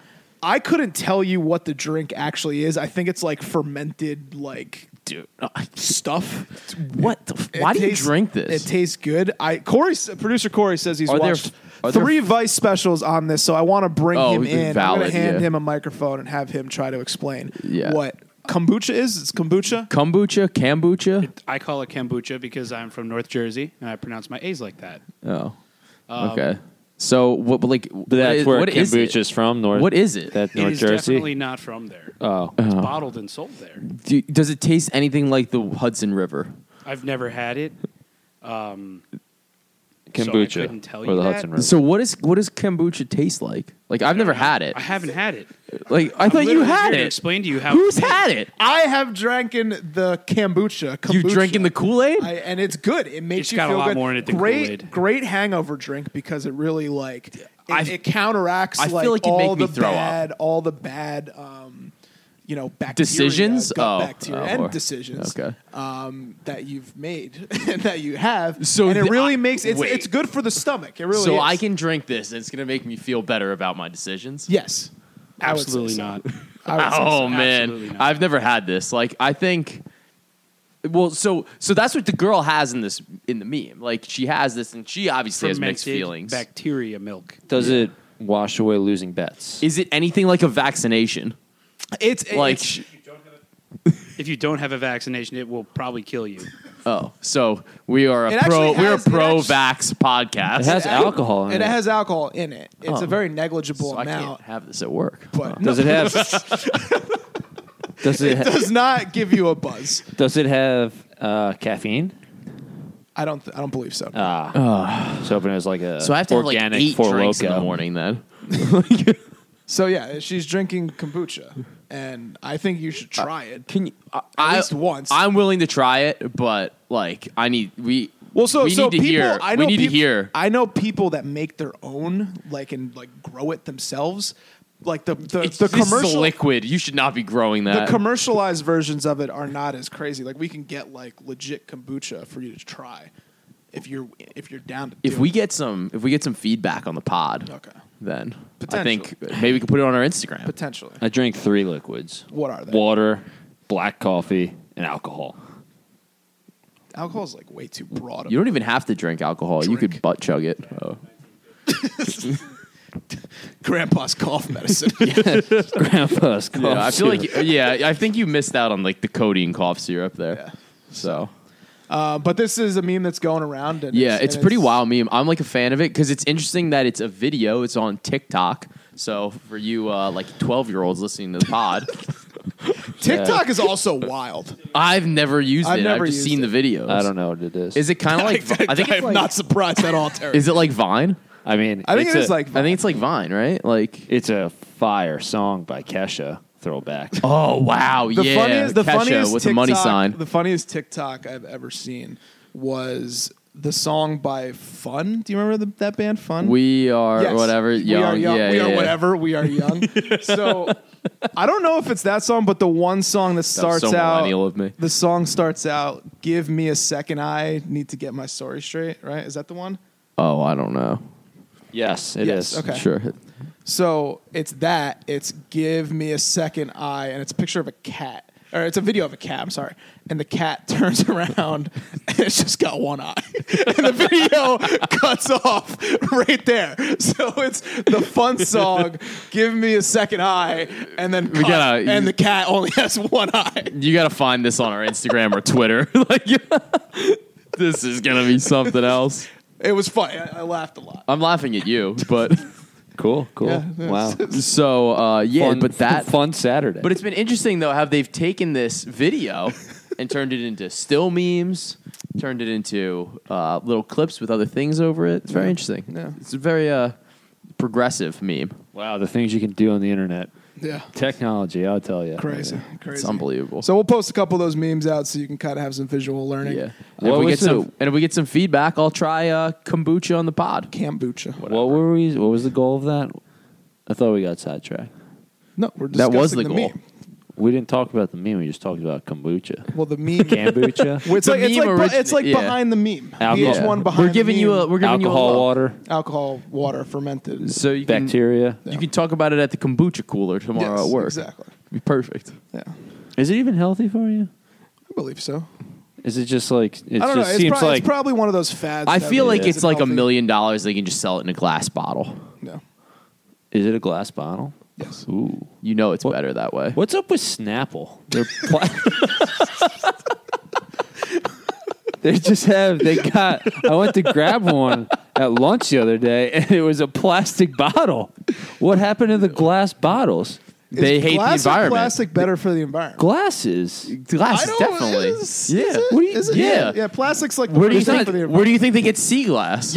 S2: I couldn't tell you what the drink actually is. I think it's like fermented, like
S3: Dude, I-
S2: stuff.
S3: what? The, f-
S2: It
S3: why do
S2: tastes-
S3: you drink this?
S2: It tastes good. I Corey, s- producer Corey says he's
S3: Are there-
S2: watched
S3: are there-
S2: three Vice specials on this, so I want to bring
S3: Oh,
S2: him in. I'm going to
S3: valid,
S2: hand
S3: yeah.
S2: him a microphone and have him try to explain
S3: Yeah.
S2: what kombucha is. It's kombucha.
S3: kombucha, kombucha.
S5: I call it kombucha because I'm from North Jersey and I pronounce my A's like that.
S3: Oh,
S2: Um,
S3: okay. So what? but Like
S1: But that's
S3: what
S1: where
S3: what is
S1: kombucha
S3: it?
S1: is from. North,
S3: What is it?
S1: That
S5: it
S1: North
S5: is
S1: Jersey.
S5: definitely not from there.
S1: Oh,
S5: It's bottled and sold there.
S3: Do, does it taste anything like the Hudson River?
S5: I've never had it. I
S1: kombucha
S5: couldn't tell
S1: or
S5: you
S1: the
S5: that.
S1: Hudson River.
S3: So what is what does kombucha taste like? Like I've never had it.
S5: I haven't had it.
S3: Like I thought you
S5: literally here
S3: had
S5: to
S3: it.
S5: explain to you how
S3: Who's
S5: it's made.
S3: had it?
S2: I have drank in the kombucha. kombucha.
S3: You drinking the Kool Aid?
S2: I, and it's good. It makes
S5: It's
S2: you
S5: got a
S2: feel
S5: lot
S2: good.
S5: more in it than
S2: great,
S5: Kool-Aid.
S2: great hangover drink because it really like it,
S3: I-
S2: it counteracts.
S3: I feel
S2: like,
S3: like it'd
S2: all
S3: make me
S2: the
S3: throw up.
S2: bad, all the bad, um, you know, bacteria,
S3: Decisions?
S2: gut
S3: Oh,
S2: bacteria,
S3: oh,
S2: and
S3: or-
S2: decisions
S3: okay.
S2: um, that you've made and that you have.
S3: So
S2: and it
S3: the-
S2: really
S3: I-
S2: makes it's
S3: wait.
S2: it's good for the stomach. It really
S3: so
S2: is.
S3: I can drink this, and it's gonna make me feel better about my decisions.
S2: yes. I would say
S5: Absolutely
S2: so.
S5: not.
S2: I would say so.
S3: Oh
S5: Absolutely
S3: man,
S5: not.
S3: I've never had this. Like I think, well, so so that's what the girl has in this in the meme. Like she has this, and she obviously has mixed
S5: Fermented
S3: feelings.
S5: Bacteria milk.
S1: Does it wash away losing bets?
S3: Is it anything like a vaccination?
S5: It's
S3: Like,
S5: it's- if you don't have a vaccination, it will probably kill you.
S3: oh, so we are a
S2: It
S3: pro.
S2: actually
S3: We're a
S2: has- it
S3: pro-vax podcast.
S1: It has alcohol in
S2: and
S1: it.
S2: it has alcohol in it. It's a very negligible
S3: Oh. So I can't
S2: amount,
S3: have this at work.
S2: but
S1: Does it have? does it? ha-
S2: does not give you a buzz.
S1: does it have uh, caffeine?
S2: I don't. Th- I don't believe so.
S3: Ah.
S1: So if it was like a
S3: So I have to have
S1: organic
S3: like eight
S1: Four
S3: drinks in the
S1: Loko.
S3: morning then.
S2: so yeah, she's drinking kombucha, and I think you
S3: Ah.
S2: should try it.
S3: Can you? I,
S2: At least once.
S3: I'm willing to try it, but like I need we.
S2: Well, so
S3: we
S2: so
S3: need to
S2: people,
S3: hear.
S2: I know
S3: we need
S2: peop-
S3: to hear.
S2: I know people that make their own, like and like grow it themselves. Like the the,
S3: It's
S2: uh, the
S3: this is a
S2: commercial,
S3: liquid. You should not be growing
S2: the
S3: that.
S2: commercialized versions of it are not as crazy. Like we can get like legit kombucha for you to try if you're if you're down to.
S3: if
S2: do
S3: we
S2: it.
S3: get some, if we get some feedback on the pod,
S2: Okay.
S3: then I
S2: Potential.
S3: think maybe we can put it on our Instagram.
S2: potentially,
S1: I drink three liquids.
S2: what are they?
S1: Water, black coffee, and alcohol.
S2: Alcohol is like way too broad. of-
S3: You don't even have to drink alcohol. You could
S2: Drink.
S3: butt chug it. Oh.
S2: Grandpa's cough medicine.
S1: Grandpa's coffee.
S3: Yeah, I
S2: Oh,
S3: feel like yeah, I think you missed out on like the codeine cough syrup there.
S2: Yeah.
S3: So
S2: Uh, but this is a meme that's going around. And
S3: yeah, it's
S2: and
S3: pretty wild meme. I'm like a fan of it because it's interesting that it's a video. It's on TikTok. So for you uh, like 12 year olds listening to the pod,
S2: TikTok is also wild.
S3: I've never used
S2: I've
S3: it.
S2: never
S3: I've just
S2: used
S3: seen
S2: it.
S3: the videos.
S1: I don't know what it is.
S3: Is it kind of like Vi- I think it's
S2: I'm
S3: like,
S2: not surprised at all. Terry.
S3: is it like Vine?
S1: I mean,
S2: I think
S1: it's
S2: it is
S1: a-
S2: like
S3: I think it's like Vine, right? Like
S1: it's a fire song by Kesha. Throwback.
S3: Oh wow!
S2: The
S3: yeah,
S2: funniest, the
S3: Kesha
S2: funniest
S3: with the money
S2: TikTok-
S3: sign.
S2: The funniest TikTok I've ever seen was the song by Fun. Do you remember the, that band Fun?
S3: we are
S2: Yes.
S3: whatever. Young,
S2: We are young.
S3: Yeah,
S2: we
S3: yeah,
S2: are
S3: yeah.
S2: whatever. We are young. so I don't know if it's that song, but the one song that starts
S3: so
S2: out.
S3: millennial of me.
S2: The song starts out. Give me a second. I need to get my story straight. Right? Is that the one?
S3: Oh, I don't know.
S1: yes, it is.
S2: Yes, okay.
S3: Sure.
S2: So it's that. It's give me a second eye, and it's a picture of a cat, or it's a video of a cat. I'm sorry, and the cat turns around, and it's just got one eye, and the video cuts off right there. So it's the fun song, give me a second eye, and then cut,
S3: gotta-
S2: and the cat only has one eye.
S3: You got to find this on our Instagram or Twitter. like, this is gonna be something else.
S2: It was funny. I, I laughed a lot.
S3: I'm laughing at you, but
S1: Cool, cool.
S2: Yeah, it's-
S1: wow.
S3: so uh, yeah,
S1: Fun-
S3: but that.
S1: fun Saturday.
S3: But it's been interesting though how they've taken this video and turned it into still memes, turned it into uh, little clips with other things over it. It's very interesting.
S2: Yeah.
S3: It's a very uh, progressive meme.
S1: wow, the things you can do on the internet.
S2: Yeah,
S1: Technology, I'll tell you.
S2: crazy, crazy.
S3: It's unbelievable.
S2: So we'll post a couple of those memes out so you can kind of have some visual learning.
S3: Yeah. And
S1: What
S3: if we
S1: was
S3: get
S1: the-
S3: some, and if we get some feedback, I'll try uh, kombucha on the pod.
S2: Kombucha.
S1: What were we? What was the goal of that? I thought we got sidetracked.
S2: No, we're
S3: That
S2: discussing
S3: was the goal.
S2: meme.
S1: We didn't talk about the meme. We just talked about kombucha,
S2: Well, the meme.
S1: kombucha,
S2: It's like, it's
S3: meme
S2: like,
S3: origin-
S2: it's like
S3: yeah.
S2: behind the meme.
S1: Alcohol.
S2: Each one behind
S3: We're giving
S2: the
S3: you
S2: meme.
S3: a we're giving you a
S1: alcohol,
S3: little-
S1: water,
S2: alcohol, water, fermented.
S3: so you can,
S1: bacteria.
S3: You can talk about it at the kombucha cooler tomorrow
S2: Yes,
S3: at uh, work.
S2: Exactly.
S3: Be perfect.
S2: Yeah,
S1: Is it even healthy for you?
S2: I believe so.
S1: Is it just like it
S2: I
S1: just
S2: don't know. It's,
S1: seems
S2: prob- it's
S1: like
S2: probably one of those fads.
S3: I
S2: that
S3: feel like
S2: is
S3: it's like a
S2: healthy.
S3: million dollars. They can just sell it in a glass bottle.
S2: No.
S1: is it a glass bottle?
S2: Yes.
S1: Ooh.
S3: You know it's better that way.
S1: What's up with Snapple? They're pla- they just have they got I went to grab one at lunch the other day and it was a plastic bottle. What happened to the glass bottles?
S3: They hate the
S2: Glass or
S3: environment.
S2: Plastic better for the environment.
S1: Glasses.
S3: Glass,
S2: I don't-
S3: definitely.
S2: is-
S3: yeah.
S2: is it?
S1: What do you-
S2: Is it?
S3: yeah.
S2: yeah. Plastic's like the
S3: Where do you
S2: worst thing
S3: think?
S2: for the
S3: Where do you think they get sea glass?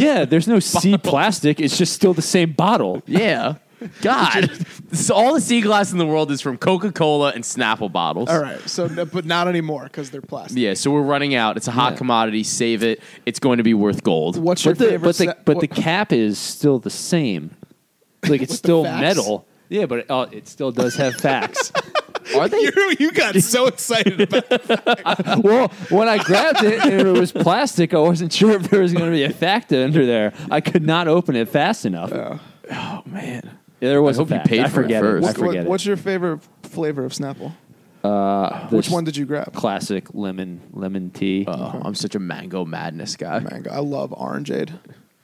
S1: Yeah, there's no C plastic. It's just still the same bottle.
S3: Yeah. God, So all the sea glass in the world is from Coca Cola and Snapple bottles.
S2: All right. So, no, but not anymore because they're plastic.
S3: Yeah, so we're running out. It's a hot
S1: Yeah.
S3: commodity. Save it. It's going to be worth gold.
S2: What's your
S1: But the
S2: favorite?
S1: but the
S2: sa-
S1: but
S2: what-
S1: the cap is still the same. Like it's still
S2: facts?
S1: metal. Yeah, but it, uh, it still does have facts.
S3: Are they?
S2: You- you got so excited about
S1: Well, when I grabbed it and it was plastic, I wasn't sure if there was going to be a fact under there. I could not open it fast enough.
S3: Oh man,
S1: There was
S3: I
S1: a
S3: hope you
S1: fact.
S3: paid
S1: I
S3: for it
S1: forget
S3: first.
S1: I
S2: What-
S1: forget
S2: what-
S1: it.
S2: What's your favorite flavor of Snapple?
S1: Uh,
S2: Which
S1: this
S2: one did you grab?
S1: Classic lemon lemon tea.
S3: Oh, I'm such a mango madness guy.
S2: Mango. I love orangeade.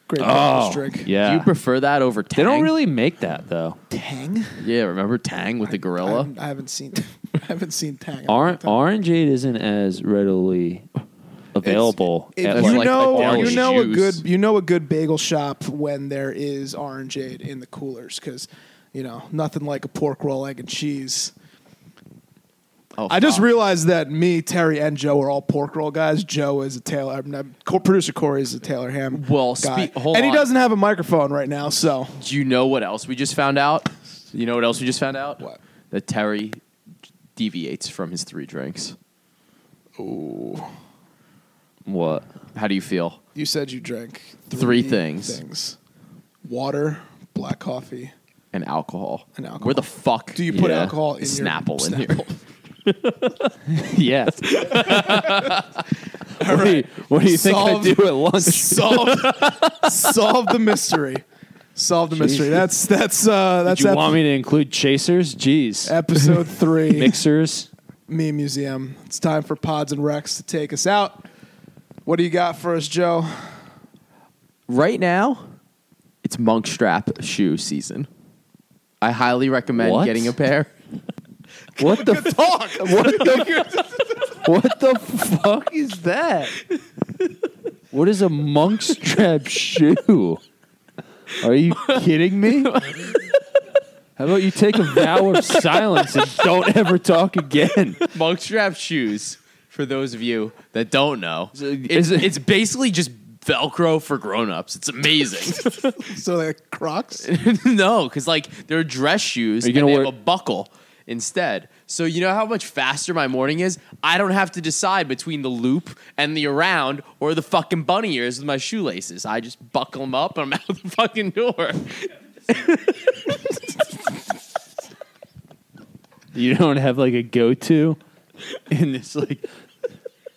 S2: Great
S1: Oh,
S2: breakfast drink.
S1: yeah.
S3: Do you prefer that over Tang?
S1: they don't really make that though.
S2: Tang.
S3: Yeah, remember Tang with the
S2: I
S3: gorilla?
S2: haven't, I haven't seen. I haven't seen Tang. in a long
S1: Orange
S2: time.
S1: orangeade isn't as readily available.
S2: If
S1: at
S2: you
S1: like a
S2: know,
S1: deli.
S2: you know
S3: juice.
S2: a good, you know a good bagel shop when there is orangeade in the coolers because, you know, nothing like a pork roll, egg and cheese.
S3: Oh,
S2: I just
S3: fuck.
S2: realized that me, Terry, and Joe are all pork roll guys. Joe is a Taylor. I mean, I'm- co- producer Corey is a Taylor Ham.
S3: Well,
S2: guy.
S3: spe- hold
S2: and he
S3: on.
S2: doesn't have a microphone right now, so
S3: Do you know what else we just found out? You know what else we just found out?
S2: What?
S3: That Terry deviates from his three drinks.
S1: what?
S3: How do you feel?
S2: you said you drank
S3: Three things.
S2: things: water, black coffee.
S3: And alcohol.
S2: And alcohol.
S3: Where the fuck
S2: Do you put
S1: Yeah.
S2: alcohol in
S3: is
S2: your
S3: Snapple, in
S2: Snapple?
S3: here?
S1: Yeah. what, do you, what do you think I
S2: Solved-
S1: do at lunch?
S2: solve solve the mystery. Solve the mystery.
S1: Jeez.
S2: That's that's uh that's
S1: Did you
S2: ep-
S1: want me to include chasers? Jeez.
S2: episode three.
S1: Mixers.
S2: Meme Museum. It's time for Pods and Rex to take us out. What do you got for us, Joe?
S3: Right now, it's monk strap shoe season. I highly recommend
S1: What?
S3: getting a pair.
S1: What the fuck? What the, what the fuck is that? What is a monk's trap shoe? Are you kidding me? How about you take a vow of silence and don't ever talk again?
S3: monk strap shoes, for those of you that don't know,
S1: So,
S3: it-
S1: is it-
S3: it's basically just Velcro for grown-ups. It's amazing.
S2: So like Crocs?
S3: no, because like they're dress shoes
S1: Are you
S3: and they
S1: gonna
S3: have
S1: wear-
S3: a buckle instead. So you know how much faster my morning is. I don't have to decide between the loop and the around or the fucking bunny ears with my shoelaces. I just buckle them up and I'm out the fucking door.
S1: You don't have like a go to in this like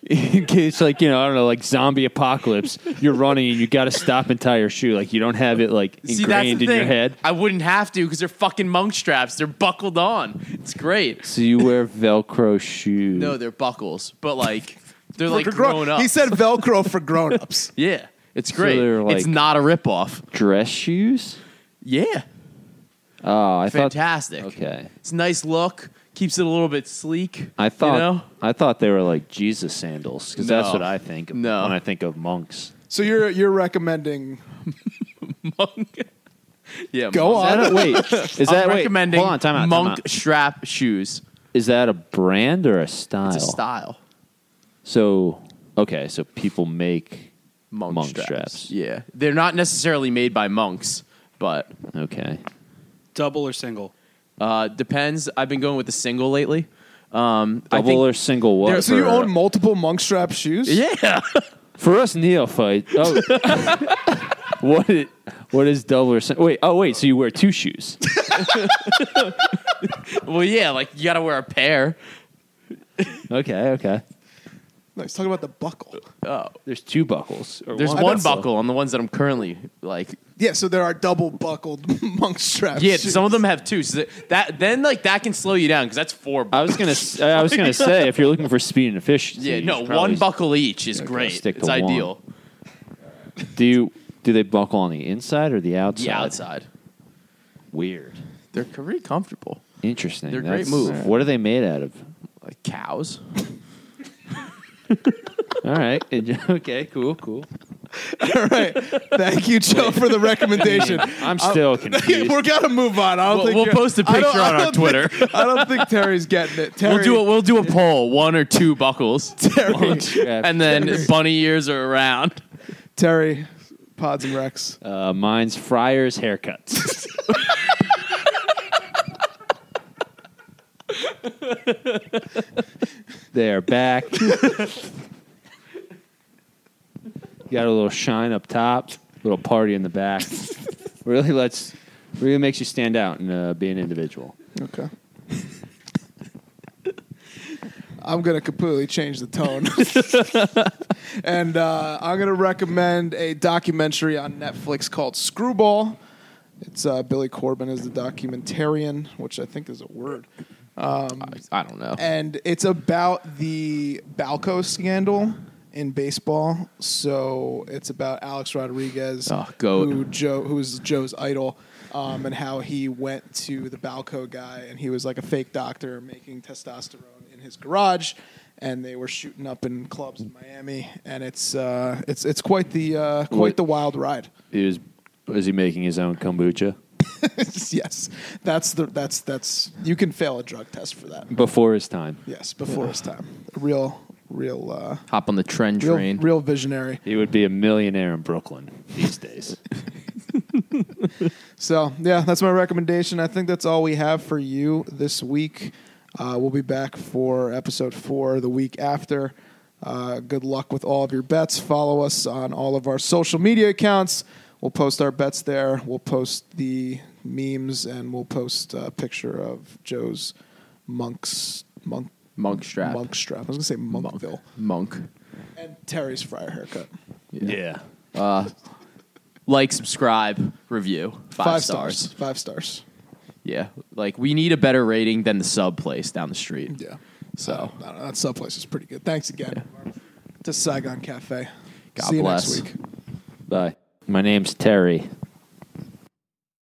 S1: in case like you know, I don't know, like zombie apocalypse, you're running and you gotta stop and tie your shoe. Like you don't have it like ingrained
S3: See, that's the
S1: in
S3: thing.
S1: your head.
S3: I wouldn't have to because they're fucking monk straps. They're buckled on. It's great.
S1: So you wear Velcro shoes.
S3: No, they're buckles, but like they're like
S2: For grown-
S3: grown up.
S2: He said Velcro for grown ups.
S3: yeah, it's great.
S1: they're, like-
S3: it's not a ripoff.
S1: dress shoes.
S3: Yeah,
S1: Oh, I
S3: fantastic.
S1: thought okay.
S3: It's a nice look. Keeps it a little bit sleek.
S1: I thought
S3: You know?
S1: I thought they were like Jesus sandals because that's
S3: No.
S1: what I think of
S3: No.
S1: when I think of monks.
S2: So you're you're recommending
S3: Yeah.
S2: Go
S3: monk-
S2: on.
S1: Is that a- wait, is that
S3: I'm
S1: wait,
S3: recommending
S1: Hold on, time out.
S3: monk
S1: time out.
S3: strap shoes.
S1: Is that a brand or a style?
S3: It's a style.
S1: So okay, so people make
S3: Monk,
S1: Monk
S3: straps.
S1: straps.
S3: Yeah, they're not necessarily made by monks, but
S1: okay.
S5: Double or single?
S3: uh, depends. I've been going with the single lately. Um, I
S1: Double
S3: think-
S1: or single what?
S3: There-
S2: so you
S1: for- uh,
S2: own multiple monk strap shoes?
S3: Yeah.
S1: For us neophyte, oh, what it, what is double or sing- wait? Oh wait, so you wear two shoes?
S3: well, yeah. Like you got to wear a pair.
S1: Okay, okay.
S2: No, he's talking about the buckle.
S1: There's two buckles. or
S3: There's
S1: one.
S3: one
S1: buckle.
S3: buckle on the ones that I'm currently like.
S2: Yeah, so there are double buckled monk straps.
S3: Yeah, some of them have two. So that, that then like that can slow you down because that's four.
S1: I was gonna s- I was gonna say if you're looking for speed and efficiency,
S3: yeah,
S1: you
S3: no,
S1: should probably-
S3: one buckle each is
S1: gotta
S3: great.
S1: stick to
S3: it's
S1: one.
S3: ideal.
S1: Do you do they buckle on the inside or the outside?
S3: The outside,
S1: Weird.
S3: they're very comfortable.
S1: Interesting.
S3: They're great
S1: That's-
S3: move.
S1: What are they made out of?
S3: Like cows.
S1: All right. okay. Cool. Cool.
S2: All right. Thank you, Joe, for the recommendation.
S1: I'm
S3: Uh,
S1: still confused.
S2: We're gonna move on. I don't
S3: We'll-
S2: think
S3: we'll
S2: you're-
S3: post a
S2: I don't-
S3: picture
S2: I
S3: on our
S2: don't think-
S3: Twitter.
S2: I don't think Terry's getting it. Terry,
S3: We'll do a we'll do a poll, one or two buckles,
S2: Terry,
S3: and then bunny ears are around.
S2: Terry, Pods and Rex.
S1: uh, mine's Friars haircuts. They're back. Got a little shine up top, little party in the back. really lets, really makes you stand out and uh, be an individual.
S2: Okay. I'm gonna completely change the tone, and uh, I'm gonna recommend a documentary on Netflix called Screwball. It's uh, Billy Corbin is the documentarian, which I think is a word.
S3: I don't know.
S2: and it's about the Balco scandal in baseball. So it's about Alex Rodriguez,
S3: Oh, goat.
S2: who Joe, who is Joe's idol, um, and how he went to the Balco guy, and he was like a fake doctor making testosterone in his garage, and they were shooting up in clubs in Miami, and it's uh, it's it's quite the uh, quite
S1: Wait.
S2: the wild ride.
S1: Is is he making his own kombucha
S2: yes, that's the that's that's you can fail a drug test for that.
S1: before his time?
S2: Yes, before his time, real real. Uh,
S3: Hop on the trend
S2: real,
S3: train.
S2: real visionary.
S1: He would be a millionaire in Brooklyn these days.
S2: So yeah, that's my recommendation. I think that's all we have for you this week. Uh, we'll be back for episode four the week after. Uh, good luck with all of your bets. Follow us on all of our social media accounts. We'll post our bets there. We'll post the memes and we'll post a picture of Joe's monk's monk
S3: monk strap.
S2: monk strap. I was gonna say Monkville
S3: Monk.
S2: and Terry's fryer haircut.
S1: yeah.
S3: Like, subscribe, review. Five,
S2: stars. Five stars.
S3: Yeah. Like, we need a better rating than the sub place down the street.
S2: Yeah.
S3: So,
S2: I don't know, that sub place is pretty good. Thanks again to Saigon Cafe.
S3: God
S2: See you
S3: bless.
S2: next week.
S1: Bye. My name's Terry.